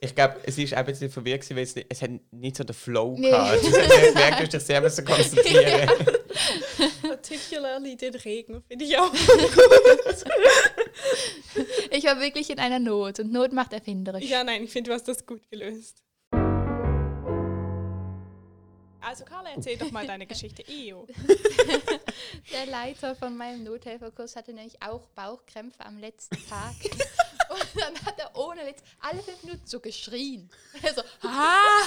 [SPEAKER 5] ich glaube, es ist ein bisschen verwirrt gewesen, weil es, nicht- es hat nicht so den Flow
[SPEAKER 8] Nee.
[SPEAKER 5] gehabt. Du hast gemerkt, du hast dich sehr müssen konzentrieren.
[SPEAKER 4] Particularly den Regen, finde [laughs] ich auch.
[SPEAKER 8] Ich war wirklich in einer Not und Not macht erfinderisch.
[SPEAKER 4] Ja, nein, ich finde, du hast das gut gelöst.
[SPEAKER 6] Also Carla, erzähl doch mal deine Geschichte. Ew.
[SPEAKER 8] Der Leiter von meinem Nothelferkurs hatte nämlich auch Bauchkrämpfe am letzten
[SPEAKER 6] [laughs]
[SPEAKER 8] Tag. Und dann hat er ohne Witz alle fünf Minuten so geschrien. Er
[SPEAKER 6] [laughs]
[SPEAKER 8] so, ah!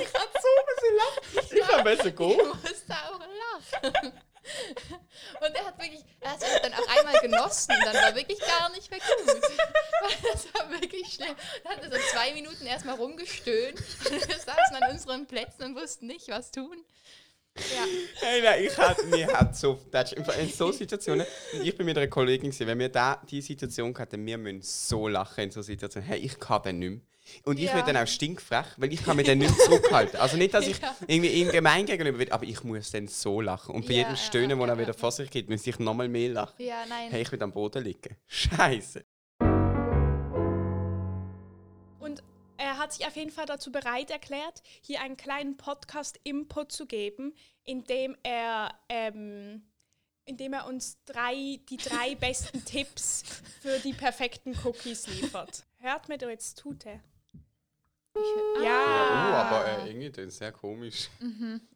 [SPEAKER 8] Ich hab so ein bisschen lachen.
[SPEAKER 5] Ich kann besser
[SPEAKER 8] Ich
[SPEAKER 5] gehen.
[SPEAKER 8] musste auch lachen. Und er hat wirklich, er hat es dann auch einmal genossen, dann war wirklich gar nicht mehr gut. [laughs] Weil Das war wirklich schlimm. Dann hat er so zwei Minuten erstmal rumgestöhnt. [laughs] Und wir saßen an unseren Plätzen und wussten nicht, was tun. Ja.
[SPEAKER 5] Hey, nein, ich hatte mir hat so, das ist einfach in so Situationen, ich bin mit einer Kollegin gewesen, wenn wir da die Situation hatten, wir müssen so lachen in so Situationen. Hey, ich kann den nicht mehr. Und ich
[SPEAKER 8] Ja.
[SPEAKER 5] werde dann auch stinkfrech, weil ich kann mich dann nicht mehr zurückhalten. Also nicht, dass ich
[SPEAKER 8] [laughs] Ja.
[SPEAKER 5] irgendwie ihm gemein gegenüber bin, aber ich muss dann so lachen. Und bei
[SPEAKER 8] Ja,
[SPEAKER 5] jedem
[SPEAKER 8] ja,
[SPEAKER 5] Stöhnen, wo
[SPEAKER 8] ja,
[SPEAKER 5] er wieder
[SPEAKER 8] ja.
[SPEAKER 5] vor sich geht, muss ich nochmal mehr lachen.
[SPEAKER 8] Ja, nein.
[SPEAKER 5] Hey, ich will am Boden liegen. Scheiße.
[SPEAKER 6] Und er hat sich auf jeden Fall dazu bereit erklärt, hier einen kleinen Podcast-Input zu geben, indem er, ähm, indem er uns drei, die drei besten Tipps für die perfekten Cookies liefert. Hört mir doch jetzt Tute.
[SPEAKER 5] Oh,
[SPEAKER 6] Ja.
[SPEAKER 5] aber äh, irgendwie das ist
[SPEAKER 8] [laughs]
[SPEAKER 5] sehr komisch.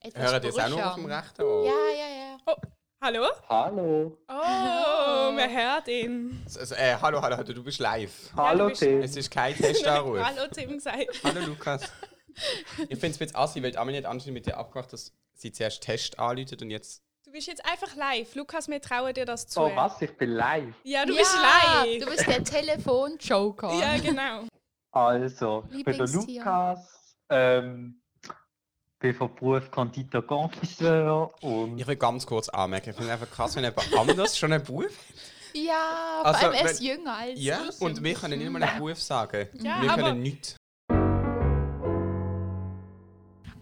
[SPEAKER 8] Etwas
[SPEAKER 5] Hört ihr das auch noch auf dem
[SPEAKER 8] beruhigend.
[SPEAKER 5] rechten Ohr?
[SPEAKER 8] Ja, ja, ja.
[SPEAKER 6] Hallo?
[SPEAKER 10] Hallo.
[SPEAKER 6] Oh, man hört ihn.
[SPEAKER 5] Also, äh, hallo, hallo, hallo, du bist live.
[SPEAKER 6] Hallo,
[SPEAKER 10] Hallo,
[SPEAKER 6] bist-
[SPEAKER 10] Tim.
[SPEAKER 5] Es ist
[SPEAKER 8] [laughs]
[SPEAKER 5] kein Testanruf.
[SPEAKER 6] Hallo Tim, sei.
[SPEAKER 5] Hallo Lukas. Ich finde es ein bisschen assi, weil die Amelie hat anscheinend mit dir abgemacht, dass sie zuerst Test anläutet und jetzt...
[SPEAKER 6] Du bist jetzt einfach live. Lukas, wir trauen dir das zu.
[SPEAKER 10] Oh, was? Ich bin live.
[SPEAKER 6] Ja, Ah, du
[SPEAKER 8] ja,
[SPEAKER 6] bist live.
[SPEAKER 8] Du bist der Telefon-Joker.
[SPEAKER 6] ja, genau.
[SPEAKER 10] Also, ich bin der
[SPEAKER 8] Lieblingstier.
[SPEAKER 10] Lukas. Ähm, bin von Beruf Konditor Confiseur und
[SPEAKER 5] Ich will ganz kurz anmerken, ich finde einfach krass, wenn jemand anders schon einen Beruf hat.
[SPEAKER 8] Ja,
[SPEAKER 5] Also,
[SPEAKER 8] vor allem er ist
[SPEAKER 5] wenn-
[SPEAKER 8] jünger als
[SPEAKER 5] Ja,
[SPEAKER 8] ich.
[SPEAKER 5] und wir können nicht mal einen Beruf sagen.
[SPEAKER 6] Ja,
[SPEAKER 5] wir
[SPEAKER 6] aber-
[SPEAKER 5] können nichts.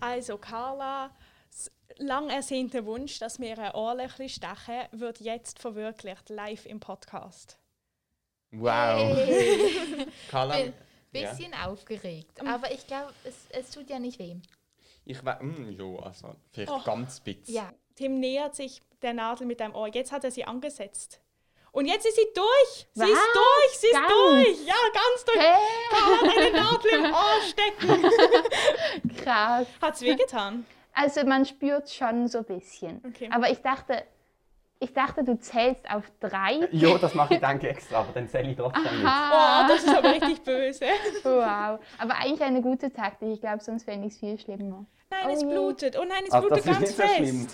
[SPEAKER 6] Also Carla, s- lang ersehnter Wunsch, dass wir ein Ohrlächeln stechen, wird jetzt verwirklicht, live im Podcast.
[SPEAKER 5] Wow.
[SPEAKER 8] Hey.
[SPEAKER 6] [laughs]
[SPEAKER 5] Carla,
[SPEAKER 8] Bin bisschen aufgeregt.
[SPEAKER 6] Um
[SPEAKER 8] Aber ich glaube, es, es tut ja nicht wem.
[SPEAKER 5] ich war... Mm, jo, also, vielleicht
[SPEAKER 6] Oh.
[SPEAKER 5] ganz bisschen.
[SPEAKER 8] Ja.
[SPEAKER 6] Tim nähert sich der Nadel mit einem Ohr. Jetzt hat er sie angesetzt. Und jetzt ist sie durch! Sie ist
[SPEAKER 11] Was?
[SPEAKER 6] durch! Sie ist
[SPEAKER 11] Ganz?
[SPEAKER 6] durch! Ja, ganz durch! Carla hat eine Nadel im Ohr stecken!
[SPEAKER 3] Krass.
[SPEAKER 6] Hat's wehgetan?
[SPEAKER 3] Also man spürt schon so ein bisschen.
[SPEAKER 6] Okay.
[SPEAKER 3] Aber ich dachte, ich dachte, du zählst auf drei.
[SPEAKER 8] Äh,
[SPEAKER 10] Jo, das mache ich danke extra, aber dann zähle ich trotzdem nicht.
[SPEAKER 6] Oh, das ist aber richtig böse.
[SPEAKER 3] [laughs] Wow. Aber eigentlich eine gute Taktik. Ich glaube, sonst fände ich es viel schlimmer.
[SPEAKER 6] Nein, es blutet. Oh nein, es
[SPEAKER 10] Also, das
[SPEAKER 6] blutet ganz
[SPEAKER 10] ist nicht so schlimm.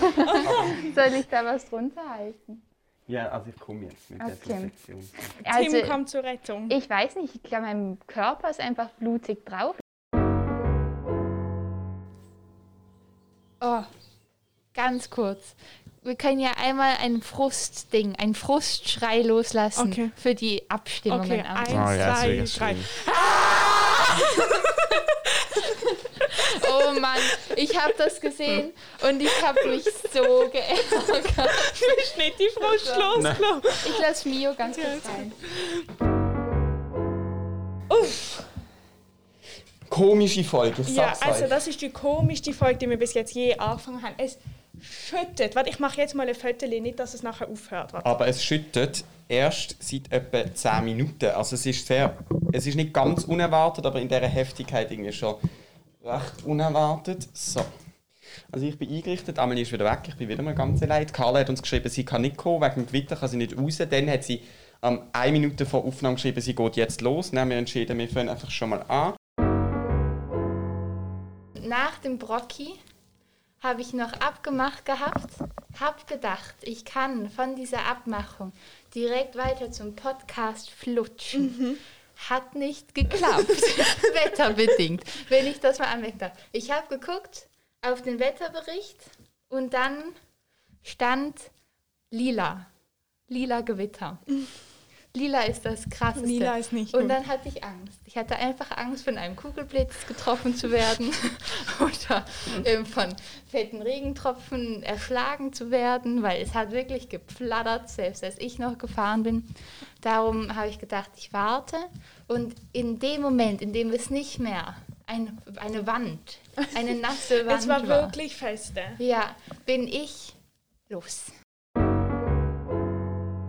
[SPEAKER 6] fest.
[SPEAKER 3] Soll ich da was drunter halten?
[SPEAKER 10] Ja, also ich komme jetzt mit der
[SPEAKER 3] Okay.
[SPEAKER 10] Perfektion.
[SPEAKER 3] Also,
[SPEAKER 6] Tim kommt zur Rettung.
[SPEAKER 3] ich weiß nicht. Ich glaube, mein Körper ist einfach blutig drauf.
[SPEAKER 8] Oh, ganz kurz. Wir können ja einmal ein Frustding, ein Frustschrei loslassen
[SPEAKER 6] Okay.
[SPEAKER 8] für die Abstimmungen.
[SPEAKER 6] Okay,
[SPEAKER 8] am-
[SPEAKER 6] eins,
[SPEAKER 5] Oh ja, das ist
[SPEAKER 6] zwei,
[SPEAKER 5] wirklich
[SPEAKER 6] drei.
[SPEAKER 5] schlimm.
[SPEAKER 8] Oh Mann, ich habe das
[SPEAKER 6] [laughs]
[SPEAKER 8] gesehen und ich habe mich so geärgert.
[SPEAKER 6] Ist nicht die Frust los, glaub.
[SPEAKER 8] Ich lasse Mio ganz kurz rein.
[SPEAKER 5] Komische Folge, ich
[SPEAKER 6] Ja,
[SPEAKER 5] sag's
[SPEAKER 6] also
[SPEAKER 5] euch.
[SPEAKER 6] das ist die komischste Folge, die wir bis jetzt je angefangen haben. Es schüttet. Warte, ich mache jetzt mal ein Fötterchen, nicht, dass es nachher aufhört. Warte.
[SPEAKER 5] aber es schüttet erst seit etwa 10 Minuten. Also es ist sehr, es ist nicht ganz unerwartet, aber in dieser Heftigkeit irgendwie schon recht unerwartet. So. Also ich bin eingerichtet, Amelie ist wieder weg, ich bin wieder mal ganz allein. Carla hat uns geschrieben, sie kann nicht kommen, wegen dem Gewitter kann sie nicht raus. Dann hat sie ähm, eine Minute vor Aufnahme geschrieben, sie geht jetzt los. Dann haben wir entschieden, wir fangen einfach schon mal an.
[SPEAKER 8] nach dem Brocki habe ich noch abgemacht gehabt, habe gedacht, ich kann von dieser Abmachung direkt weiter zum Podcast flutschen.
[SPEAKER 6] Mhm.
[SPEAKER 8] Hat nicht
[SPEAKER 6] [laughs]
[SPEAKER 8] geklappt, wetterbedingt, wenn ich das mal anmerken darf. Ich habe geguckt auf den Wetterbericht und dann stand lila, lila Gewitter. Lila ist das krasseste.
[SPEAKER 6] Mhm. Lila ist nicht
[SPEAKER 8] Und
[SPEAKER 6] gut.
[SPEAKER 8] dann hatte ich Angst. Ich hatte einfach Angst, von einem Kugelblitz getroffen zu [laughs] werden oder ähm, von fetten Regentropfen erschlagen zu werden, weil es hat wirklich gepflattert, selbst als ich noch gefahren bin. Darum habe ich gedacht, ich warte. Und in dem Moment, in dem es nicht mehr ein, eine Wand, [laughs] eine nasse Wand
[SPEAKER 6] Es war wirklich feste.
[SPEAKER 8] ja, bin ich los.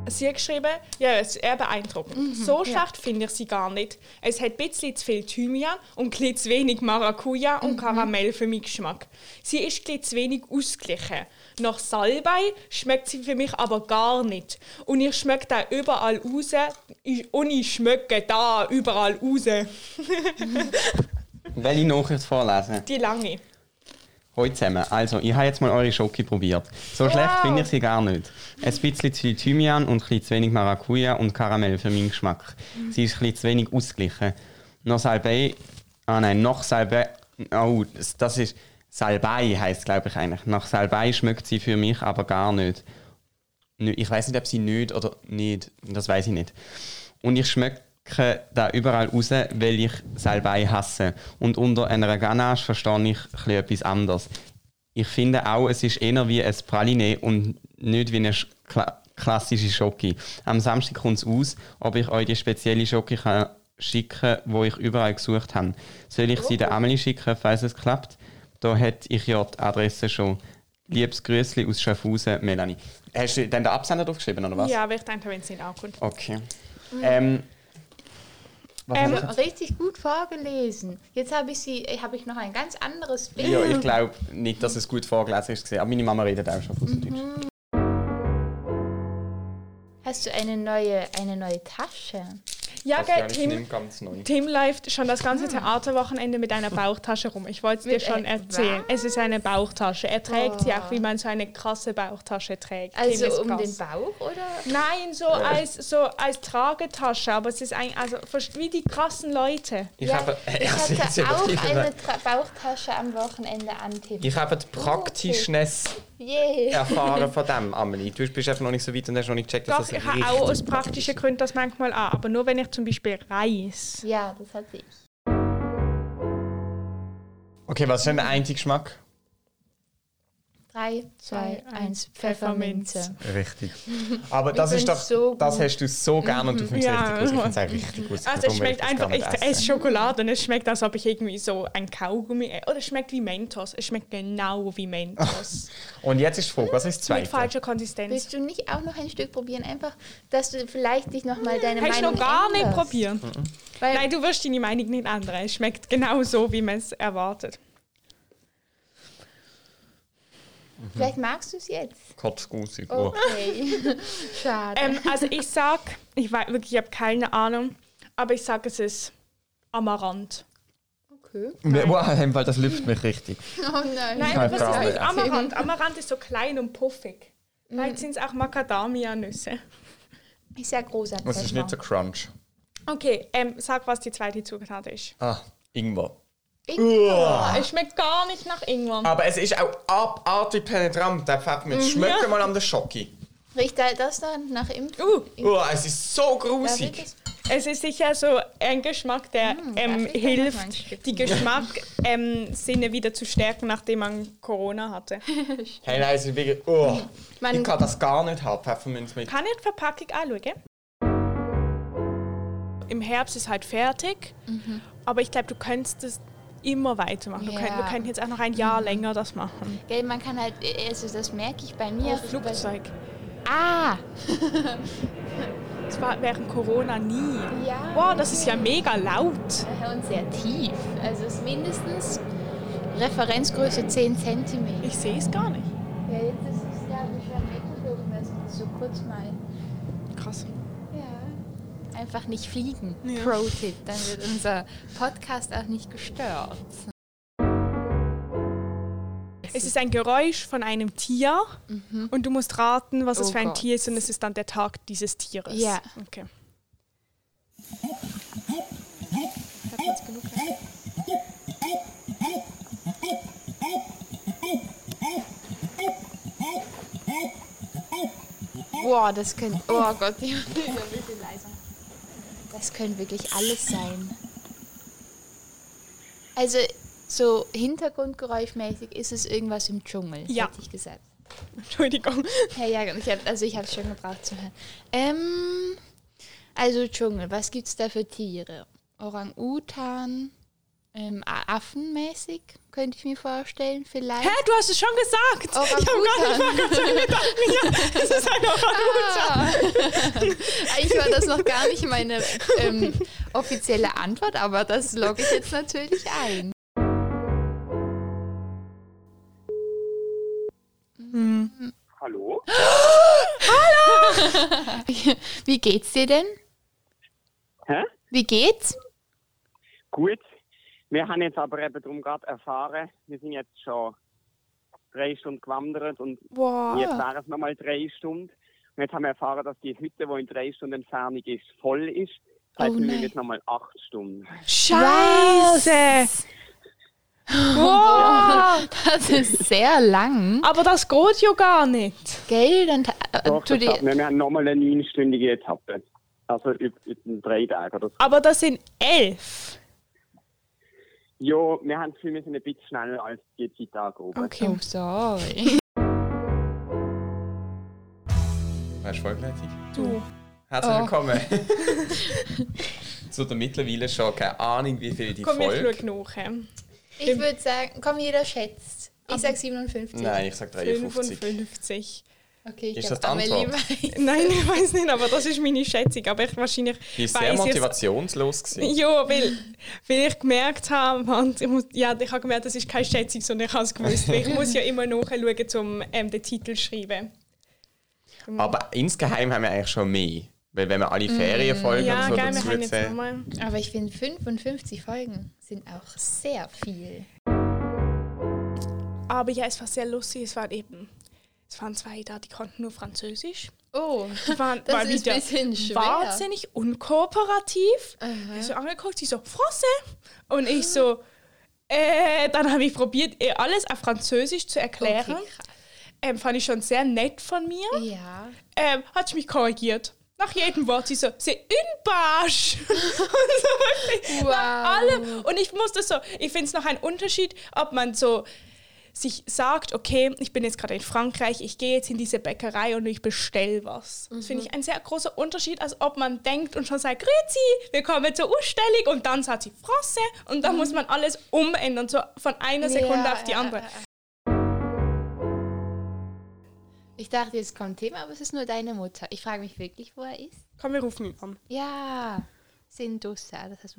[SPEAKER 6] Sie hat geschrieben, ja, es ist eher beeindruckend. so schlecht finde ich sie gar nicht. Es hat ein bisschen zu viel Thymian und klitzwenig Maracuja und Karamell für meinen Geschmack. Sie ist klitzwenig ausgeglichen. Nach Salbei schmeckt sie für mich aber gar nicht. Und ich schmecke da überall raus. Ich, und ich schmecke da überall raus.
[SPEAKER 5] Welche Nachricht vorlesen?
[SPEAKER 6] Die lange.
[SPEAKER 5] Hallo zusammen. Also, ich habe jetzt mal eure Schoki probiert. So schlecht finde ich sie gar nicht. Ein bisschen zu viel Thymian und ein bisschen zu wenig Maracuja und Karamell für meinen Geschmack. Sie ist ein bisschen zu wenig ausgeglichen. Noch Salbei. Ah nein, noch Salbei. Oh, das- das ist. Salbei heißt glaube ich eigentlich. Nach Salbei schmeckt sie für mich aber gar nicht. Nö, Ich weiß nicht, ob sie nicht oder nicht. Das weiß ich nicht. Und ich schmecke da überall raus, weil ich Salbei hasse. Und unter einer Ganache verstehe ich ein bisschen etwas anderes. Ich finde auch, es ist eher wie ein Praline und nicht wie eine sch- kla klassische Schoki. Am Samstag kommt es aus, ob ich euch die spezielle Schoki kann schicken kann, die ich überall gesucht habe. Soll ich sie der Amelie schicken, falls es klappt? Da hätte ich ja die Adresse schon. Liebes Grüßli aus Schaffhausen, Melanie. Hast du denn den Absender draufgeschrieben, oder was?
[SPEAKER 6] Ja, aber ich denke, wenn es nicht ankommt.
[SPEAKER 5] Okay. Ähm, was
[SPEAKER 6] Ähm,
[SPEAKER 5] hab ich jetzt?
[SPEAKER 8] Richtig gut vorgelesen. Jetzt habe ich sie, habe ich noch ein ganz anderes Bild.
[SPEAKER 5] ja, ich glaube nicht, dass es gut vorgelesen ist. gewesen, Aber meine Mama redet auch schon Deutsch.
[SPEAKER 6] Mhm.
[SPEAKER 8] Hast du eine neue, eine neue Tasche?
[SPEAKER 6] Ja, gell, Tim,
[SPEAKER 5] ganz neu.
[SPEAKER 6] Tim läuft schon das ganze Theaterwochenende mit einer Bauchtasche rum. Ich wollte es dir
[SPEAKER 8] Ah. Mit e-
[SPEAKER 6] schon
[SPEAKER 8] einer-
[SPEAKER 6] erzählen. Es ist eine Bauchtasche. Er trägt sie auch, wie man so eine krasse Bauchtasche trägt. Tim ist
[SPEAKER 8] Also um
[SPEAKER 6] krass.
[SPEAKER 8] den Bauch oder?
[SPEAKER 6] Nein, so als so als Tragetasche, aber es ist ein also verst- wie die krassen Leute.
[SPEAKER 5] Ich
[SPEAKER 8] Ja,
[SPEAKER 5] habe,
[SPEAKER 8] ich
[SPEAKER 5] also jetzt
[SPEAKER 8] hatte auch
[SPEAKER 5] übertrieben.
[SPEAKER 8] eine Tra Bauchtasche am Wochenende an Tim.
[SPEAKER 5] ich habe die Praktischness
[SPEAKER 6] Oh,
[SPEAKER 8] Yeah.
[SPEAKER 6] [laughs]
[SPEAKER 5] erfahren von dem, Amelie. Du bist einfach noch nicht so weit und hast noch nicht gecheckt, dass
[SPEAKER 6] Doch,
[SPEAKER 5] das
[SPEAKER 6] ich habe
[SPEAKER 5] richtig
[SPEAKER 6] auch aus
[SPEAKER 5] praktisch
[SPEAKER 6] praktischen Gründen das manchmal an, aber nur wenn ich zum Beispiel
[SPEAKER 8] [laughs]
[SPEAKER 6] reise.
[SPEAKER 8] Ja, das hatte ich.
[SPEAKER 5] ist. Okay, was ist denn der einzige Geschmack?
[SPEAKER 8] Drei, zwei,
[SPEAKER 6] Drei,
[SPEAKER 8] eins,
[SPEAKER 6] eins,
[SPEAKER 8] Pfefferminze.
[SPEAKER 5] Richtig. Aber das ist doch,
[SPEAKER 8] find's so gut.
[SPEAKER 5] das hast du so gerne und du findest es
[SPEAKER 6] Mhm. Ja.
[SPEAKER 5] richtig gut. Ich finde es auch richtig
[SPEAKER 6] Also
[SPEAKER 5] gut.
[SPEAKER 6] es
[SPEAKER 5] Darum will
[SPEAKER 6] schmeckt
[SPEAKER 5] das
[SPEAKER 6] einfach,
[SPEAKER 5] gar
[SPEAKER 6] ich
[SPEAKER 5] nicht
[SPEAKER 6] esse
[SPEAKER 5] essen.
[SPEAKER 6] Schokolade und es schmeckt, als ob ich irgendwie so ein Kaugummi esse. Oder es schmeckt wie Mentos. Es schmeckt genau wie Mentos.
[SPEAKER 5] [laughs] Und jetzt ist die Frage, was ist das
[SPEAKER 6] Mit
[SPEAKER 5] Zweite?
[SPEAKER 6] falscher Konsistenz.
[SPEAKER 8] Willst du nicht auch noch ein Stück probieren? Einfach, dass du vielleicht dich nochmal deine
[SPEAKER 6] Kannst du
[SPEAKER 8] Meinung
[SPEAKER 6] Hm, noch gar nicht
[SPEAKER 8] änderst.
[SPEAKER 6] probieren.
[SPEAKER 5] Mhm.
[SPEAKER 8] Weil
[SPEAKER 6] Nein, du wirst deine Meinung nicht ändern. Es schmeckt genau so, wie man es erwartet.
[SPEAKER 8] vielleicht magst du es
[SPEAKER 6] [laughs]
[SPEAKER 8] jetzt.
[SPEAKER 5] Kotzgusig. Oh. [laughs]
[SPEAKER 8] Okay. Schade.
[SPEAKER 6] Ähm, also ich sag, ich weiß wirklich, ich habe keine Ahnung, aber ich sag, es ist Amaranth.
[SPEAKER 8] okay.
[SPEAKER 5] Wow, weil das lüpft mich richtig.
[SPEAKER 8] Oh nein.
[SPEAKER 6] Nein,
[SPEAKER 5] hab
[SPEAKER 6] aber was
[SPEAKER 5] gar
[SPEAKER 6] ist
[SPEAKER 5] nicht.
[SPEAKER 6] nicht Amaranth? Amaranth ist so klein und puffig.
[SPEAKER 8] Mhm.
[SPEAKER 6] Vielleicht sind es auch Macadamia-Nüsse.
[SPEAKER 8] Ist ja großer
[SPEAKER 5] Es ist nicht so crunch.
[SPEAKER 6] Okay, ähm, sag, was die zweite Zutat ist.
[SPEAKER 5] Ah, Ingwer. Uh.
[SPEAKER 6] Ah, Es schmeckt gar nicht nach Ingwer.
[SPEAKER 5] Aber es ist auch abartig penetrant, der Pfefferminz. Mhm. Schmeckt mal an der Schoki.
[SPEAKER 8] Riecht da- das noch nach Impf?
[SPEAKER 6] Uh,
[SPEAKER 5] Oh, es ist so
[SPEAKER 8] Da wird
[SPEAKER 5] grusig.
[SPEAKER 8] es-
[SPEAKER 6] es ist sicher so ein Geschmack, der
[SPEAKER 8] Hm,
[SPEAKER 6] ähm,
[SPEAKER 8] darf ich da noch mal ein Stück
[SPEAKER 6] hilft, die Geschmackssinne ähm, Sinne wieder zu stärken, nachdem man Corona hatte.
[SPEAKER 5] Hey, nein, es ist wirklich... Oh.
[SPEAKER 8] Man-
[SPEAKER 5] ich kann das gar nicht haben, Pfefferminz mit...
[SPEAKER 6] Kann ich die Verpackung anschauen? gell? Im Herbst ist halt fertig,
[SPEAKER 8] Mhm.
[SPEAKER 6] aber ich glaube, du könntest es immer weitermachen.
[SPEAKER 8] Ja. Mhm.
[SPEAKER 6] Du könnt, wir könnten jetzt auch noch ein Jahr länger das machen.
[SPEAKER 8] Gell, man kann halt, also das merke ich bei mir.
[SPEAKER 6] Auf Flugzeug. [laughs]
[SPEAKER 8] Ah!
[SPEAKER 6] Das war während Corona nie.
[SPEAKER 8] Ja.
[SPEAKER 6] Wow, das ist ja mega laut.
[SPEAKER 8] Und sehr tief. Also es ist mindestens Referenzgröße 10 cm.
[SPEAKER 6] Ich sehe es gar nicht.
[SPEAKER 9] Ja, jetzt ist es ja nicht mehr weggeflogen, weil es so kurz mal.
[SPEAKER 6] Krass.
[SPEAKER 8] Einfach nicht fliegen. Pro-Tipp. Dann wird unser Podcast auch nicht gestört.
[SPEAKER 6] Es ist ein Geräusch von einem Tier und du musst raten, was
[SPEAKER 8] Mhm. Oh
[SPEAKER 6] es für ein
[SPEAKER 8] Gott.
[SPEAKER 6] Tier ist und es ist dann der Tag dieses Tieres.
[SPEAKER 8] Ja.
[SPEAKER 6] Okay.
[SPEAKER 8] Boah, das können. Oh Gott, die Lieder, bitte leiser. Das können wirklich alles sein. Also, so hintergrundgeräuschmäßig ist es irgendwas im Dschungel,
[SPEAKER 6] Ja.
[SPEAKER 8] hätte ich gesagt.
[SPEAKER 6] Entschuldigung.
[SPEAKER 8] Herr Jager, ich hab, also ich habe schon gebraucht zu hören. Ähm, also Dschungel, was gibt's da für Tiere? Orang-Utan, Ähm, a- affenmäßig, könnte ich mir vorstellen, vielleicht.
[SPEAKER 6] Hä, du hast es schon
[SPEAKER 8] Oh,
[SPEAKER 6] gesagt! ich habe gar nicht
[SPEAKER 8] Orangutan.
[SPEAKER 6] mehr. Es ist
[SPEAKER 8] [laughs]
[SPEAKER 6] ein Orang-Utan.
[SPEAKER 8] Ah. Eigentlich war das noch gar nicht meine ähm, offizielle Antwort, aber das logge ich jetzt natürlich ein.
[SPEAKER 12] Hallo?
[SPEAKER 8] [laughs] Wie geht's dir denn?
[SPEAKER 12] Hä?
[SPEAKER 8] Wie geht's?
[SPEAKER 12] Gut. Wir haben jetzt aber eben darum gerade erfahren, wir sind jetzt schon drei Stunden gewandert und
[SPEAKER 6] Wow.
[SPEAKER 12] jetzt wären es nochmal drei Stunden. Und jetzt haben wir erfahren, dass die Hütte, die in drei Stunden Entfernung ist, voll ist. Das heißt,
[SPEAKER 8] Oh
[SPEAKER 12] wir
[SPEAKER 8] nein.
[SPEAKER 12] müssen jetzt nochmal acht Stunden.
[SPEAKER 6] Scheiße! Wow!
[SPEAKER 8] Das ist sehr lang.
[SPEAKER 6] Aber das geht ja gar nicht.
[SPEAKER 8] Gell, dann ta- äh,
[SPEAKER 12] Doch,
[SPEAKER 8] tu
[SPEAKER 12] das hat,
[SPEAKER 8] dir.
[SPEAKER 12] wir wir haben nochmal eine neunstündige Etappe. Also über, über drei Tage oder so.
[SPEAKER 6] Aber das sind elf.
[SPEAKER 12] Ja, wir haben das Gefühl, wir sind ein bisschen schneller als die Zeit angehoben.
[SPEAKER 8] Oh, sorry.
[SPEAKER 5] Wer ist vollgleitig?
[SPEAKER 6] Du.
[SPEAKER 5] Herzlich
[SPEAKER 8] Oh.
[SPEAKER 6] [laughs]
[SPEAKER 5] willkommen. Zu der mittlerweile schon keine Ahnung, wie viel die
[SPEAKER 6] Komm, wir
[SPEAKER 5] Folge.
[SPEAKER 6] schauen nachher.
[SPEAKER 8] Ich würde sagen, komm, jeder schätzt. Ich sag 57.
[SPEAKER 5] Nein, ich sag 53.
[SPEAKER 6] 55.
[SPEAKER 8] Okay, ich
[SPEAKER 5] Ist
[SPEAKER 8] glaub,
[SPEAKER 5] das die
[SPEAKER 8] Amelie
[SPEAKER 5] Antwort?
[SPEAKER 8] weiß.
[SPEAKER 6] Nein, ich weiß nicht, aber das ist meine Schätzung. Aber ich wahrscheinlich
[SPEAKER 5] Die ist sehr
[SPEAKER 6] weiss ich's- [laughs]
[SPEAKER 5] motivationslos gewesen.
[SPEAKER 6] Ja, weil, weil ich gemerkt habe, Mann, ich, muss, ja, ich habe gemerkt, das ist keine Schätzung, sondern ich habe es gewusst. Weil ich muss ja immer nachschauen, um ähm, den Titel zu schreiben.
[SPEAKER 5] Aber insgeheim haben wir eigentlich schon mehr. Weil wenn wir alle Ferienfolgen
[SPEAKER 6] Mm. Ja,
[SPEAKER 5] und so
[SPEAKER 6] geil, wir haben
[SPEAKER 5] dazu
[SPEAKER 6] jetzt
[SPEAKER 5] zählen.
[SPEAKER 6] nochmal.
[SPEAKER 8] Aber ich finde 55 Folgen sind auch sehr viel.
[SPEAKER 6] Aber ja, es war sehr lustig. Es waren eben, es waren zwei da, die konnten nur Französisch.
[SPEAKER 8] Oh,
[SPEAKER 6] [laughs] Die waren
[SPEAKER 8] Das
[SPEAKER 6] mal
[SPEAKER 8] ist
[SPEAKER 6] wieder
[SPEAKER 8] ein bisschen schwer.
[SPEAKER 6] wahnsinnig unkooperativ. Ich so angeguckt, sie so, Français. Und ich so, äh, dann habe ich probiert, ihr alles auf Französisch zu erklären.
[SPEAKER 8] Okay,
[SPEAKER 6] ähm, fand ich schon sehr nett von mir.
[SPEAKER 8] ja.
[SPEAKER 6] Ähm, hat sie mich korrigiert. Nach jedem Wort, sie so, c'est une page. [laughs] und so wirklich nach
[SPEAKER 8] Wow.
[SPEAKER 6] allem. Und ich musste so, ich finde es noch ein Unterschied, ob man so sich sagt, okay, ich bin jetzt gerade in Frankreich, ich gehe jetzt in diese Bäckerei und ich bestelle was. Das
[SPEAKER 8] Mhm.
[SPEAKER 6] finde ich ein sehr großer Unterschied, als ob man denkt und schon sagt, Grüezi, willkommen zur Ausstellung und dann sagt sie Frosse und dann muss man alles umändern, so von einer Sekunde
[SPEAKER 8] Mhm. Ja,
[SPEAKER 6] auf die
[SPEAKER 8] ja,
[SPEAKER 6] andere.
[SPEAKER 8] ja, ja. Ich dachte, jetzt kommt Thema, aber es ist nur deine Mutter. Ich frage mich wirklich, wo er ist.
[SPEAKER 6] Komm, wir rufen ihn an.
[SPEAKER 8] Ja, Sindussa, das heißt.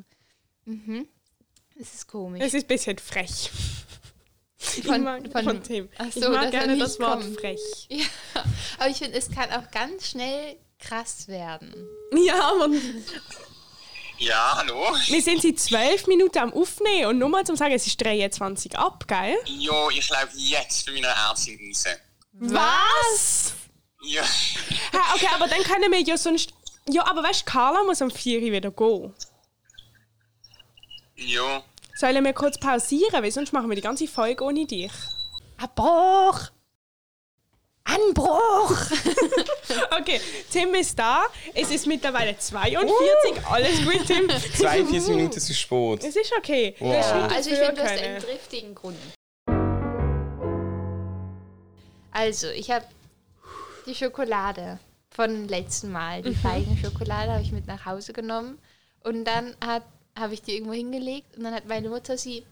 [SPEAKER 8] Mhm. Das ist komisch.
[SPEAKER 6] Es ist ein bisschen frech. ich
[SPEAKER 8] Von-
[SPEAKER 6] mag, von,
[SPEAKER 8] von-
[SPEAKER 6] Tim.
[SPEAKER 8] Ach
[SPEAKER 6] ich
[SPEAKER 8] so,
[SPEAKER 6] mag
[SPEAKER 8] dass er
[SPEAKER 6] gerne
[SPEAKER 8] nicht
[SPEAKER 6] das Wort
[SPEAKER 8] kommt.
[SPEAKER 6] frech.
[SPEAKER 8] Ja, aber ich finde, es kann auch ganz schnell krass werden.
[SPEAKER 6] Ja, aber
[SPEAKER 12] Ja, hallo?
[SPEAKER 5] [laughs]
[SPEAKER 6] wir sind seit zwölf Minuten am Aufnehmen und nur mal zum Sagen, es ist 23 ab, gell?
[SPEAKER 12] Jo, ich laufe jetzt zu meiner Ärztin raus.
[SPEAKER 6] Was?
[SPEAKER 12] Ja.
[SPEAKER 6] Hä, okay, aber dann können wir ja sonst... Ja, aber weißt du, Carla muss um 4 Uhr wieder gehen.
[SPEAKER 12] Jo.
[SPEAKER 6] Sollen wir kurz pausieren, weil sonst machen wir die ganze Folge ohne dich.
[SPEAKER 8] Abbruch! Anbruch!
[SPEAKER 6] [laughs] Okay, Tim ist da. Es ist mittlerweile 42. Alles gut, Tim.
[SPEAKER 5] 42 Minuten zu spät.
[SPEAKER 6] Es ist okay.
[SPEAKER 5] Wow.
[SPEAKER 6] Das stimmt,
[SPEAKER 8] Also ich
[SPEAKER 6] dafür
[SPEAKER 8] finde, du hast
[SPEAKER 6] können.
[SPEAKER 8] einen triftigen Grund. Also, ich habe die Schokolade von letzten Mal,
[SPEAKER 6] Mhm.
[SPEAKER 8] die Feigenschokolade, habe ich mit nach Hause genommen. Und dann habe ich die irgendwo hingelegt und dann hat meine Mutter sie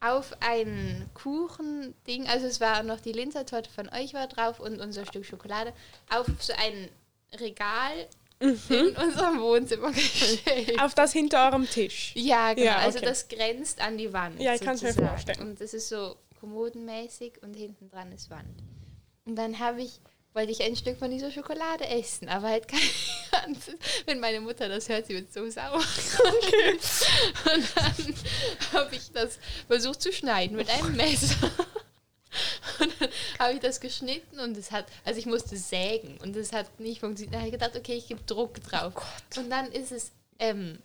[SPEAKER 8] auf ein Kuchending, also es war noch die Linzertorte von euch war drauf und unser Stück Schokolade, auf so ein Regal
[SPEAKER 6] Mhm.
[SPEAKER 8] in unserem Wohnzimmer [laughs] gestellt.
[SPEAKER 6] Auf das hinter eurem Tisch.
[SPEAKER 8] Ja, genau.
[SPEAKER 6] Ja,
[SPEAKER 8] Also
[SPEAKER 6] okay.
[SPEAKER 8] das grenzt an die Wand.
[SPEAKER 6] Ja, ich kann's mir
[SPEAKER 8] sozusagen.
[SPEAKER 6] vorstellen.
[SPEAKER 8] Und das ist so kommodenmäßig und hinten dran ist Wand. Und dann habe ich, wollte ich ein Stück von dieser Schokolade essen, aber halt kein [laughs] ganzes. Wenn meine Mutter das hört, sie wird so sauer. [laughs] Und dann habe ich das versucht zu schneiden mit
[SPEAKER 6] Oh.
[SPEAKER 8] einem Messer. [laughs] Und dann habe ich das geschnitten und es hat, also ich musste sägen und es hat nicht funktioniert. Dann habe ich gedacht, okay, ich gebe Druck drauf.
[SPEAKER 6] Oh
[SPEAKER 8] und dann ist es ähm,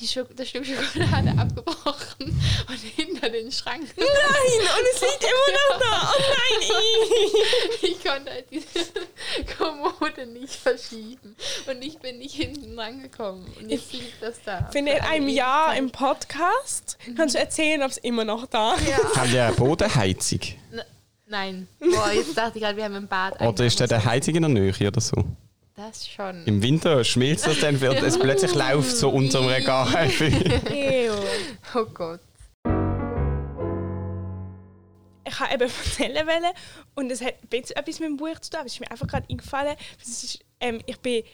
[SPEAKER 8] die Schok das Stück Schokolade [laughs] abgebrochen und hinter den
[SPEAKER 6] [laughs]
[SPEAKER 8] Schrank.
[SPEAKER 6] Nein, und es liegt immer noch da. Oh
[SPEAKER 8] [laughs]
[SPEAKER 6] nein, ih.
[SPEAKER 8] Ich konnte halt diese [laughs] Kommode nicht verschieben und ich bin nicht hinten rangekommen. Und jetzt liegt das da.
[SPEAKER 6] Ich bin in einem Jahr im Podcast. Kannst du erzählen, ob es immer noch da ist?
[SPEAKER 5] Haben wir eine Bodenheizung?
[SPEAKER 8] Nein. Boah, jetzt dachte ich gerade, wir haben ein Bad.
[SPEAKER 5] Oder ist da
[SPEAKER 8] eingebaut.
[SPEAKER 5] der Heizung in der Nähe oder so?
[SPEAKER 8] Das schon.
[SPEAKER 5] Im Winter schmilzt das dann, wird es plötzlich läuft so unter dem
[SPEAKER 6] [laughs]
[SPEAKER 5] Regal. [laughs]
[SPEAKER 8] oh Gott.
[SPEAKER 6] ich habe eben [laughs] erzählen wollen und es hat ein bisschen etwas mit dem Buch zu tun, aber es ist mir einfach gerade eingefallen. Es ist, ähm, ich bin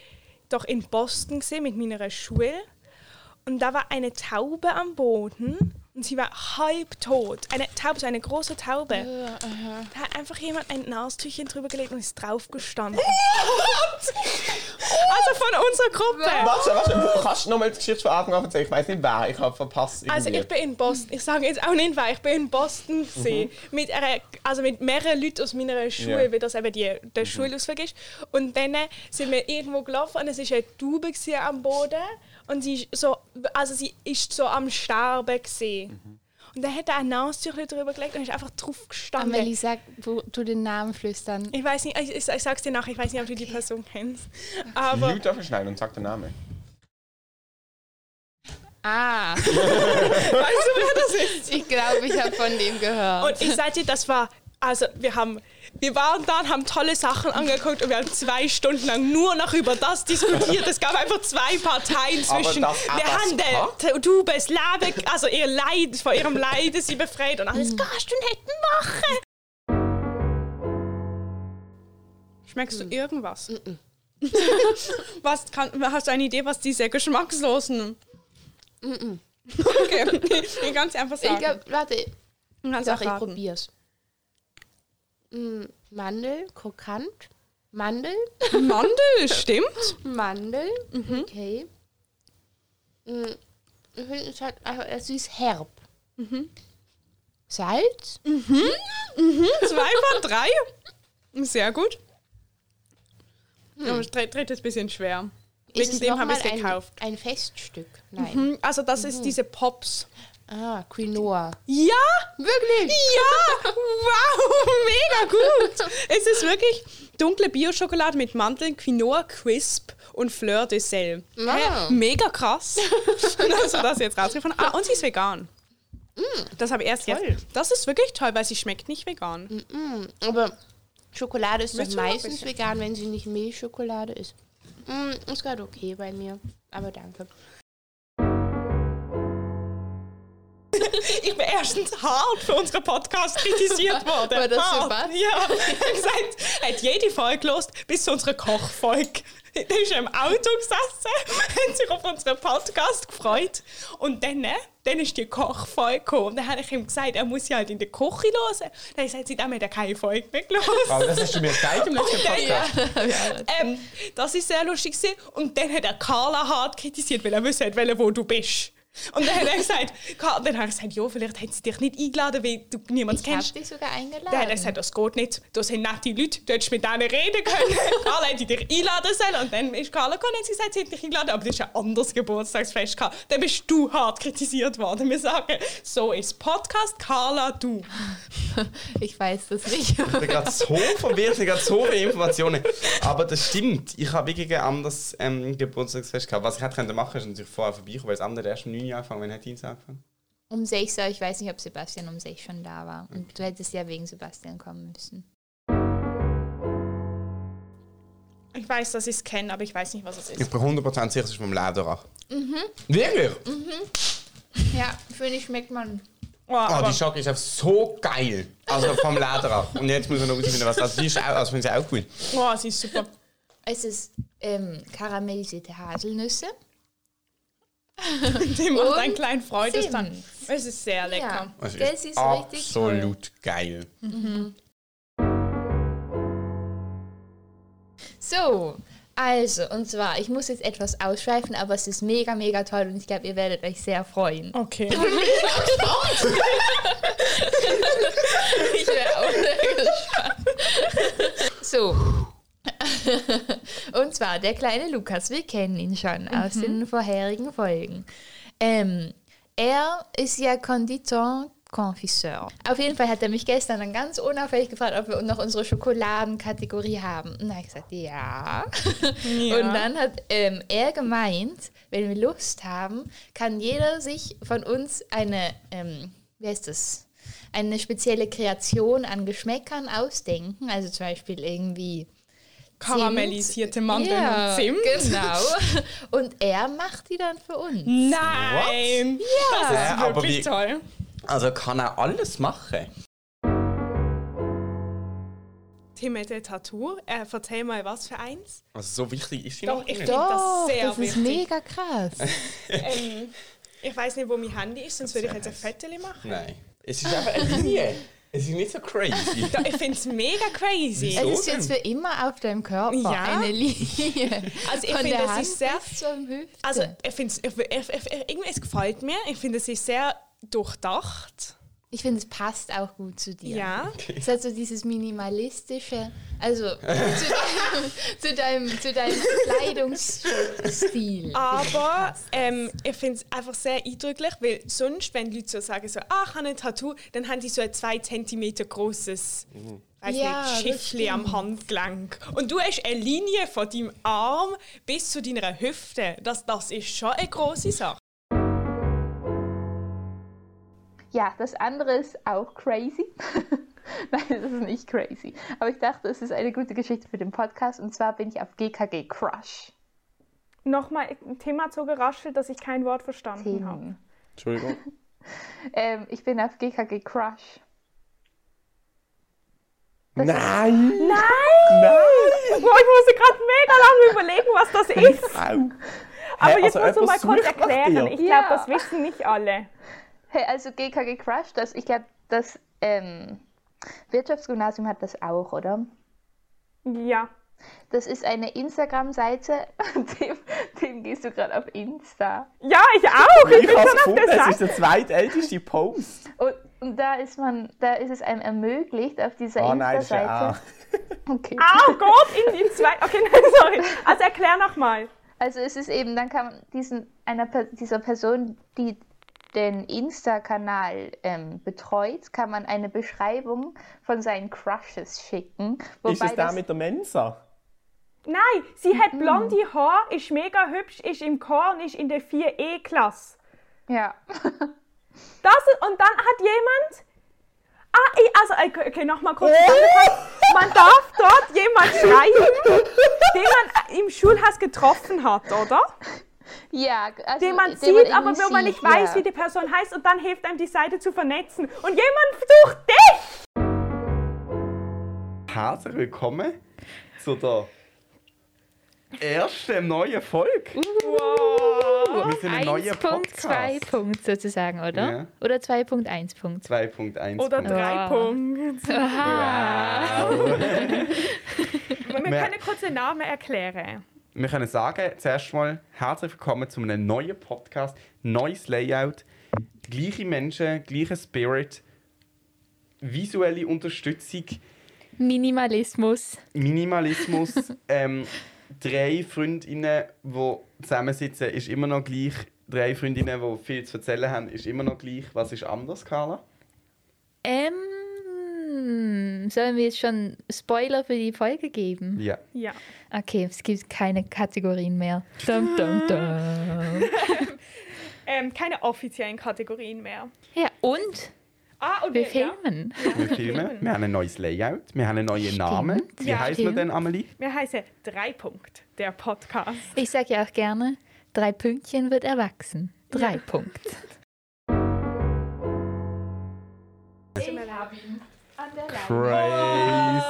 [SPEAKER 6] doch in Boston gewesen mit meiner Schule und da war eine Taube am Boden und sie war halb tot. Eine Taube, so eine große Taube. Da hat einfach jemand ein Nasentuchchen drüber gelegt und ist draufgestanden. also von unserer Gruppe.
[SPEAKER 5] Warte, warte, kannst du nochmal die Geschichte von Anfang an erzählen? Ich weiß nicht wer, ich habe verpasst.
[SPEAKER 6] Also ich bin in Boston, ich sage jetzt auch nicht, weil ich bin in Boston gesehen, mit einer, also mit mehreren Leuten aus meiner Schule,
[SPEAKER 5] Ja.
[SPEAKER 6] weil das eben die, der Schulausflug ist. Und dann äh, sind wir irgendwo gelaufen und es war eine Taube gewesen am Boden und sie ist so, also sie ist so am Sterben gesehen. Und dann hat er ein Nasentuch drüber gelegt und ist einfach drauf gestanden.
[SPEAKER 8] Amelie, sag du, du den Namen flüstern.
[SPEAKER 6] ich weiß nicht, ich, ich, ich sag's dir nachher, ich weiß nicht, ob du die Person kennst. Aber
[SPEAKER 5] Leute aufschneiden und sag den Namen.
[SPEAKER 8] Ah,
[SPEAKER 6] weißt du, wer das ist?
[SPEAKER 8] ich glaube, ich habe von dem gehört.
[SPEAKER 6] Und ich sage dir, das war. Also, wir, haben, wir waren da und haben tolle Sachen angeguckt und wir haben zwei Stunden lang nur noch über das diskutiert. Es gab einfach zwei Parteien
[SPEAKER 5] Aber
[SPEAKER 6] zwischen.
[SPEAKER 5] das- ah, das-
[SPEAKER 6] wir
[SPEAKER 5] ah.
[SPEAKER 6] haben du bist Labe, also ihr Leid, vor ihrem Leid ist sie befreit und alles kannst du nicht machen. Schmeckst du irgendwas? [laughs] was kann, hast du eine Idee, was diese geschmackslosen. Okay, [laughs] ich kann es einfach sagen.
[SPEAKER 13] Ich glaube, warte,
[SPEAKER 6] Du kannst
[SPEAKER 13] doch, ich
[SPEAKER 6] raten.
[SPEAKER 13] probier's. Mm, Mandel, krokant.
[SPEAKER 6] [laughs]
[SPEAKER 13] Mandel,
[SPEAKER 6] Mandel, stimmt.
[SPEAKER 13] Mandel,
[SPEAKER 6] Mhm.
[SPEAKER 13] okay. Mm, Ich finde, es hat, also, es ist herb.
[SPEAKER 6] Mhm.
[SPEAKER 13] Salz,
[SPEAKER 6] Zwei von drei. Sehr gut. Aber das dritte dritte ist ein bisschen schwer.
[SPEAKER 13] Hm. ist
[SPEAKER 6] Wegen
[SPEAKER 13] es
[SPEAKER 6] dem habe
[SPEAKER 13] nochmal
[SPEAKER 6] ich es
[SPEAKER 13] ein, Mhm.
[SPEAKER 6] gekauft.
[SPEAKER 13] ein Feststück. Nein.
[SPEAKER 6] Hm, Also das ist diese Pops.
[SPEAKER 13] Ah, Quinoa.
[SPEAKER 6] Ja,
[SPEAKER 13] Wirklich?
[SPEAKER 6] ja, wow, [laughs] mega gut. Es ist wirklich dunkle Bio-Schokolade mit Mandeln, Quinoa, Crisp und Fleur de Sel.
[SPEAKER 13] Wow.
[SPEAKER 6] Mega krass. [laughs] also das jetzt rausgefunden. Ah, und sie ist vegan. Das habe ich erst
[SPEAKER 13] Mm. toll.
[SPEAKER 6] jetzt. Das ist wirklich toll, weil sie schmeckt nicht vegan.
[SPEAKER 13] Aber Schokolade ist doch
[SPEAKER 6] Willst du noch ein
[SPEAKER 13] meistens
[SPEAKER 6] bisschen?
[SPEAKER 13] vegan, wenn sie nicht Milchschokolade ist. Mm, ist gerade okay bei mir. Aber danke.
[SPEAKER 6] Ich bin erstens hart für unseren
[SPEAKER 8] [laughs]
[SPEAKER 6] Podcast kritisiert worden.
[SPEAKER 8] War das so
[SPEAKER 6] hart.
[SPEAKER 8] was?
[SPEAKER 6] Ja, ich habe gesagt, hat jede Folge gelost, bis zu unserer Kochfolge. Dann ist er im Auto gesessen, hat sich auf unseren Podcast gefreut. Und dann, äh, dann ist die Kochfolge gekommen. Und dann habe ich ihm gesagt, er muss sie halt in der Küche hören. Dann hat er gesagt, seitdem hat er keine Folge mehr gelesen.
[SPEAKER 5] Aber das hast du mir gezeigt im letzten Podcast.
[SPEAKER 6] Ähm, das ist sehr lustig gewesen. Und dann hat er Carla hart kritisiert, weil er wissen wollte, wo du bist. Und dann hat er gesagt, [laughs] Ka- dann habe ich gesagt, ja, vielleicht hätten sie dich nicht eingeladen, weil du niemanden
[SPEAKER 8] Ich habe
[SPEAKER 6] kennst.
[SPEAKER 8] dich sogar
[SPEAKER 6] Dann hat er
[SPEAKER 8] eingeladen.
[SPEAKER 6] gesagt, das geht nicht, das sind nette Leute, du hättest mit denen reden können. Carla hätte dich einladen sollen. Und dann ist Carla gekommen und hat sie gesagt, sie hätte dich eingeladen, aber das war ein anderes Geburtstagsfest. gehabt. Dann bist du hart kritisiert worden. Wir sagen, so ist Podcast, Carla, du.
[SPEAKER 8] Ich weiß das nicht. [laughs]
[SPEAKER 5] Ich bin gerade so verwirrt, ich habe gerade so viele Informationen. Aber das stimmt, ich habe wirklich ein anderes ähm, Geburtstagsfest gehabt. Was ich hätte können machen können, ist natürlich vorher vorbeikommen, weil das andere erst um 9 Uhr angefangen Wann hat Dienstag angefangen?
[SPEAKER 8] Um sechs, aber ich weiß nicht, ob Sebastian um sechs schon da war. Und du hättest ja wegen Sebastian kommen müssen.
[SPEAKER 6] Ich weiß, dass ich es kenne, aber ich weiß nicht, was es ist.
[SPEAKER 5] Ich bin 100% sicher, es ist vom Lederach. Mhm. Wirklich?
[SPEAKER 8] Ja, finde ich, schmeckt man.
[SPEAKER 6] Oh,
[SPEAKER 5] Oh,
[SPEAKER 6] aber-
[SPEAKER 5] die Schocke ist einfach so geil. Also vom Lederach. Und jetzt muss man noch herausfinden, was das ist. Die ist. Auch, also finde ich auch gut.
[SPEAKER 6] oh, sie ist super.
[SPEAKER 8] Es ist ähm, karamellisierte Haselnüsse.
[SPEAKER 6] Die macht
[SPEAKER 8] Und
[SPEAKER 6] einen kleinen Freudestand.
[SPEAKER 8] Zimt.
[SPEAKER 6] Es ist sehr lecker.
[SPEAKER 5] Also
[SPEAKER 8] das ist richtig toll.
[SPEAKER 5] absolut geil.
[SPEAKER 8] So, also, und zwar, ich muss jetzt etwas ausschweifen, aber es ist mega, mega toll und ich glaube, ihr werdet euch sehr freuen. [laughs]
[SPEAKER 6] Okay.
[SPEAKER 8] Ich wäre auch sehr gespannt. So. Und zwar der kleine Lukas, wir kennen ihn schon aus den vorherigen Folgen. Ähm, er ist ja Konditor, Confiseur. Auf jeden Fall hat er mich gestern dann ganz unauffällig gefragt, ob wir noch unsere Schokoladenkategorie haben. Und dann habe ich gesagt, ja. Und dann hat ähm, er gemeint, wenn wir Lust haben, kann jeder sich von uns eine, ähm, wie heißt das? eine spezielle Kreation an Geschmäckern ausdenken. Also zum Beispiel irgendwie
[SPEAKER 6] karamellisierte Mandeln
[SPEAKER 8] ja,
[SPEAKER 6] und Zimt.
[SPEAKER 8] Genau. Und er macht die dann für uns.
[SPEAKER 6] [laughs] Nein!
[SPEAKER 5] Äh,
[SPEAKER 8] What?
[SPEAKER 6] Das ist
[SPEAKER 14] Hä, aber
[SPEAKER 6] wirklich
[SPEAKER 14] wie-
[SPEAKER 6] toll.
[SPEAKER 14] Also kann er alles machen.
[SPEAKER 6] Thema der Tattoo. Äh, erzähl mal, was für eins?
[SPEAKER 14] Also so wichtig ist sie
[SPEAKER 6] Doch,
[SPEAKER 14] noch nicht.
[SPEAKER 6] ich finde das
[SPEAKER 8] Doch,
[SPEAKER 6] sehr
[SPEAKER 8] das ist
[SPEAKER 6] wichtig.
[SPEAKER 8] mega krass.
[SPEAKER 6] ähm, ich weiß nicht, wo mein Handy ist, sonst würde ich jetzt ein Fettchen machen.
[SPEAKER 14] Nein. Es ist einfach eine Linie. es ist nicht so
[SPEAKER 6] [laughs]
[SPEAKER 14] crazy.
[SPEAKER 6] Doch, ich finde es mega crazy.
[SPEAKER 8] Es ist jetzt für immer auf deinem Körper
[SPEAKER 6] Ja.
[SPEAKER 8] eine Linie.
[SPEAKER 6] Also ich
[SPEAKER 8] Von
[SPEAKER 6] finde,
[SPEAKER 8] der
[SPEAKER 6] es ist sehr... Also ich finde es... Irgendwie, es gefällt mir. Ich finde, es ist sehr durchdacht.
[SPEAKER 8] Ich finde, es passt auch gut zu dir.
[SPEAKER 6] Ja.
[SPEAKER 8] Es hat so dieses minimalistische, also
[SPEAKER 3] [laughs]
[SPEAKER 8] zu deinem, zu deinem, zu deinem Kleidungsstil.
[SPEAKER 6] Aber ähm, ich finde es einfach sehr eindrücklich, weil sonst, wenn Leute so sagen, so, ah, ich habe ein Tattoo, dann haben die so ein 2 cm großes
[SPEAKER 5] Mhm.
[SPEAKER 6] weiß
[SPEAKER 8] Ja, das
[SPEAKER 6] nicht, Schiffli am
[SPEAKER 8] stimmt.
[SPEAKER 6] Handgelenk. Und du hast eine Linie von deinem Arm bis zu deiner Hüfte. Das, das ist schon eine große Sache.
[SPEAKER 3] Ja, das andere ist auch crazy. [laughs] Nein, das ist nicht crazy. Aber ich dachte, es ist eine gute Geschichte für den Podcast. Und zwar bin ich auf GKG Crush.
[SPEAKER 4] Nochmal ein Thema so geraschelt, dass ich kein Wort verstanden habe.
[SPEAKER 14] Entschuldigung.
[SPEAKER 3] Ähm, ich bin auf GKG Crush.
[SPEAKER 5] Nein!
[SPEAKER 4] Nein! Boah, ich musste gerade mega lange überlegen, was das ist. Aber jetzt musst du mal kurz erklären. Ich glaube,
[SPEAKER 3] Ja.
[SPEAKER 4] das wissen nicht alle.
[SPEAKER 3] Hey, also GKG Crush, das, ich glaube, das ähm, Wirtschaftsgymnasium hat das auch, oder?
[SPEAKER 4] Ja.
[SPEAKER 3] Das ist eine Instagram-Seite. [laughs] Dem, dem gehst du gerade auf Insta.
[SPEAKER 4] Ja, ich auch.
[SPEAKER 5] Ich hab's gefunden, es ist der zweitälteste Post.
[SPEAKER 3] Und, und da ist man, da ist es einem ermöglicht auf dieser
[SPEAKER 10] Ah,
[SPEAKER 5] Oh nein, das ist
[SPEAKER 3] Insta-Seite.
[SPEAKER 5] ja auch.
[SPEAKER 3] [laughs] Okay.
[SPEAKER 4] Ah, Gott, in die zweite. Okay, [laughs] nein, sorry. Also erklär nochmal.
[SPEAKER 3] Also es ist eben, dann kann man diesen, einer, Per- dieser Person, die den Insta-Kanal ähm, betreut, kann man eine Beschreibung von seinen Crushes schicken.
[SPEAKER 5] ist es der mit der Mensa?
[SPEAKER 4] Nein, sie
[SPEAKER 3] Mm.
[SPEAKER 4] hat blonde Haare, ist mega hübsch, ist im Chor und ist in der 4E-Klasse.
[SPEAKER 3] Ja. [laughs]
[SPEAKER 4] Das, und dann hat jemand. Ah, ich, also, okay, okay nochmal kurz.
[SPEAKER 5] Oh!
[SPEAKER 4] Man darf dort jemand schreiben, den man im Schulhaus getroffen hat, oder?
[SPEAKER 3] Ja, also,
[SPEAKER 4] den man
[SPEAKER 3] den
[SPEAKER 4] sieht,
[SPEAKER 3] man irgendwie
[SPEAKER 4] aber wo man nicht
[SPEAKER 3] sieht,
[SPEAKER 4] weiß,
[SPEAKER 3] ja.
[SPEAKER 4] wie die Person heißt und dann hilft einem die Seite zu vernetzen. Und jemand sucht dich!
[SPEAKER 5] Herzlich willkommen zu der ersten neuen Folge. Wow! Wir sind ein neuer Podcast.
[SPEAKER 8] 1.2 Punkt sozusagen, oder?
[SPEAKER 5] Ja.
[SPEAKER 8] Oder 2.1 Punkt.
[SPEAKER 5] 2.1.
[SPEAKER 8] Oder drei
[SPEAKER 5] Wow.
[SPEAKER 4] Punkte.
[SPEAKER 5] Wow.
[SPEAKER 4] Wir
[SPEAKER 5] Mehr-
[SPEAKER 4] können kurz den Namen erklären.
[SPEAKER 5] Wir können sagen, zuerst mal herzlich willkommen zu einem neuen Podcast, neues Layout, gleiche Menschen, gleicher Spirit, visuelle Unterstützung,
[SPEAKER 8] Minimalismus.
[SPEAKER 5] Minimalismus, ähm, drei Freundinnen, die zusammensitzen, ist immer noch gleich. Drei Freundinnen, die viel zu erzählen haben, ist immer noch gleich. Was ist anders, Carla?
[SPEAKER 8] Ähm, sollen wir jetzt schon Spoiler für die Folge geben?
[SPEAKER 5] Ja.
[SPEAKER 4] Ja.
[SPEAKER 8] Okay, es gibt keine Kategorien mehr. Dum, dum, dum.
[SPEAKER 4] Ähm, keine offiziellen Kategorien mehr.
[SPEAKER 8] Ja, und?
[SPEAKER 4] Ah, und
[SPEAKER 8] wir
[SPEAKER 4] wir- ja.
[SPEAKER 8] filmen.
[SPEAKER 5] Wir filmen, wir haben ein neues Layout, wir haben einen neuen Namen. Wie
[SPEAKER 4] Ja,
[SPEAKER 5] heißt man
[SPEAKER 4] stimmt.
[SPEAKER 5] denn, Amelie?
[SPEAKER 4] Wir heißen drei Punkt, der Podcast.
[SPEAKER 8] Ich sage ja auch gerne, drei Pünktchen wird erwachsen. Drei Punkt.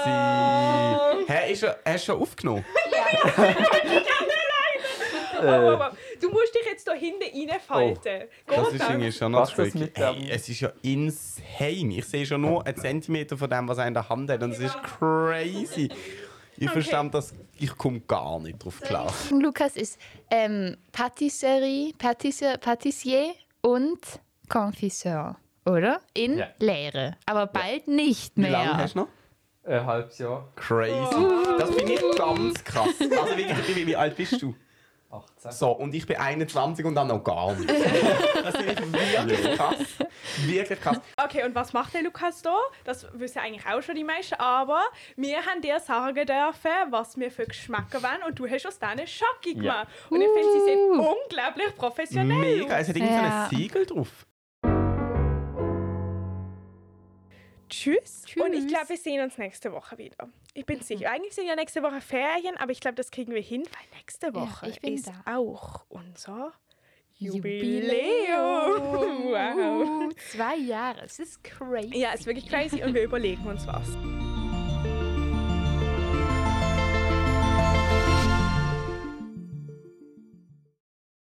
[SPEAKER 5] Crazy! Hä, ist er, hast du
[SPEAKER 4] [laughs]
[SPEAKER 5] schon aufgenommen?
[SPEAKER 4] Äh. Oh, wow, wow. Du musst dich jetzt da hinten reinfalten.
[SPEAKER 5] Oh. Das
[SPEAKER 4] Geht
[SPEAKER 5] ist irgendwie schon noch tricky. Ey, es ist ja insane. Ich sehe schon nur einen Zentimeter von dem, was er in der Hand hat. Und es ist
[SPEAKER 4] Genau.
[SPEAKER 5] crazy. Ich verstand das. Ich komme gar nicht drauf klar.
[SPEAKER 8] Lukas ist ähm, Patisserie, Patissier, Patissier und Confiseur, oder? In
[SPEAKER 10] Ja.
[SPEAKER 8] Lehre. Aber bald nicht
[SPEAKER 5] Wie
[SPEAKER 8] mehr.
[SPEAKER 5] lange hast du noch?
[SPEAKER 10] Ein halbes Jahr.
[SPEAKER 5] Crazy. Das finde ich ganz krass. Also wirklich, wie, wie, wie alt bist du? 18. So, und ich bin 21 und dann noch gar nicht. Das ist wirklich krass. Wirklich krass.
[SPEAKER 4] Okay, und was macht der Lukas da? Das wissen eigentlich auch schon die meisten, aber wir haben dir sagen dürfen, was wir für Geschmäcker wollen und du hast aus denen Schocke
[SPEAKER 5] Ja.
[SPEAKER 4] gemacht. Und ich finde, sie sind
[SPEAKER 5] Uh.
[SPEAKER 4] unglaublich professionell.
[SPEAKER 5] Mega. Es hat irgendwie so
[SPEAKER 4] Ja.
[SPEAKER 5] ein Siegel drauf.
[SPEAKER 6] Tschüss. Und ich glaube, wir sehen uns nächste Woche wieder. Ich bin sicher.
[SPEAKER 8] Mhm.
[SPEAKER 6] Eigentlich sind ja nächste Woche Ferien, aber ich glaube, das kriegen wir hin, weil nächste Woche
[SPEAKER 8] ich bin
[SPEAKER 6] ist
[SPEAKER 8] da.
[SPEAKER 6] auch unser Jubiläum.
[SPEAKER 8] Jubiläum.
[SPEAKER 6] wow.
[SPEAKER 8] [laughs]
[SPEAKER 6] [laughs]
[SPEAKER 8] Uh, zwei Jahre. Es ist crazy.
[SPEAKER 6] Ja, ist wirklich crazy und wir überlegen uns was.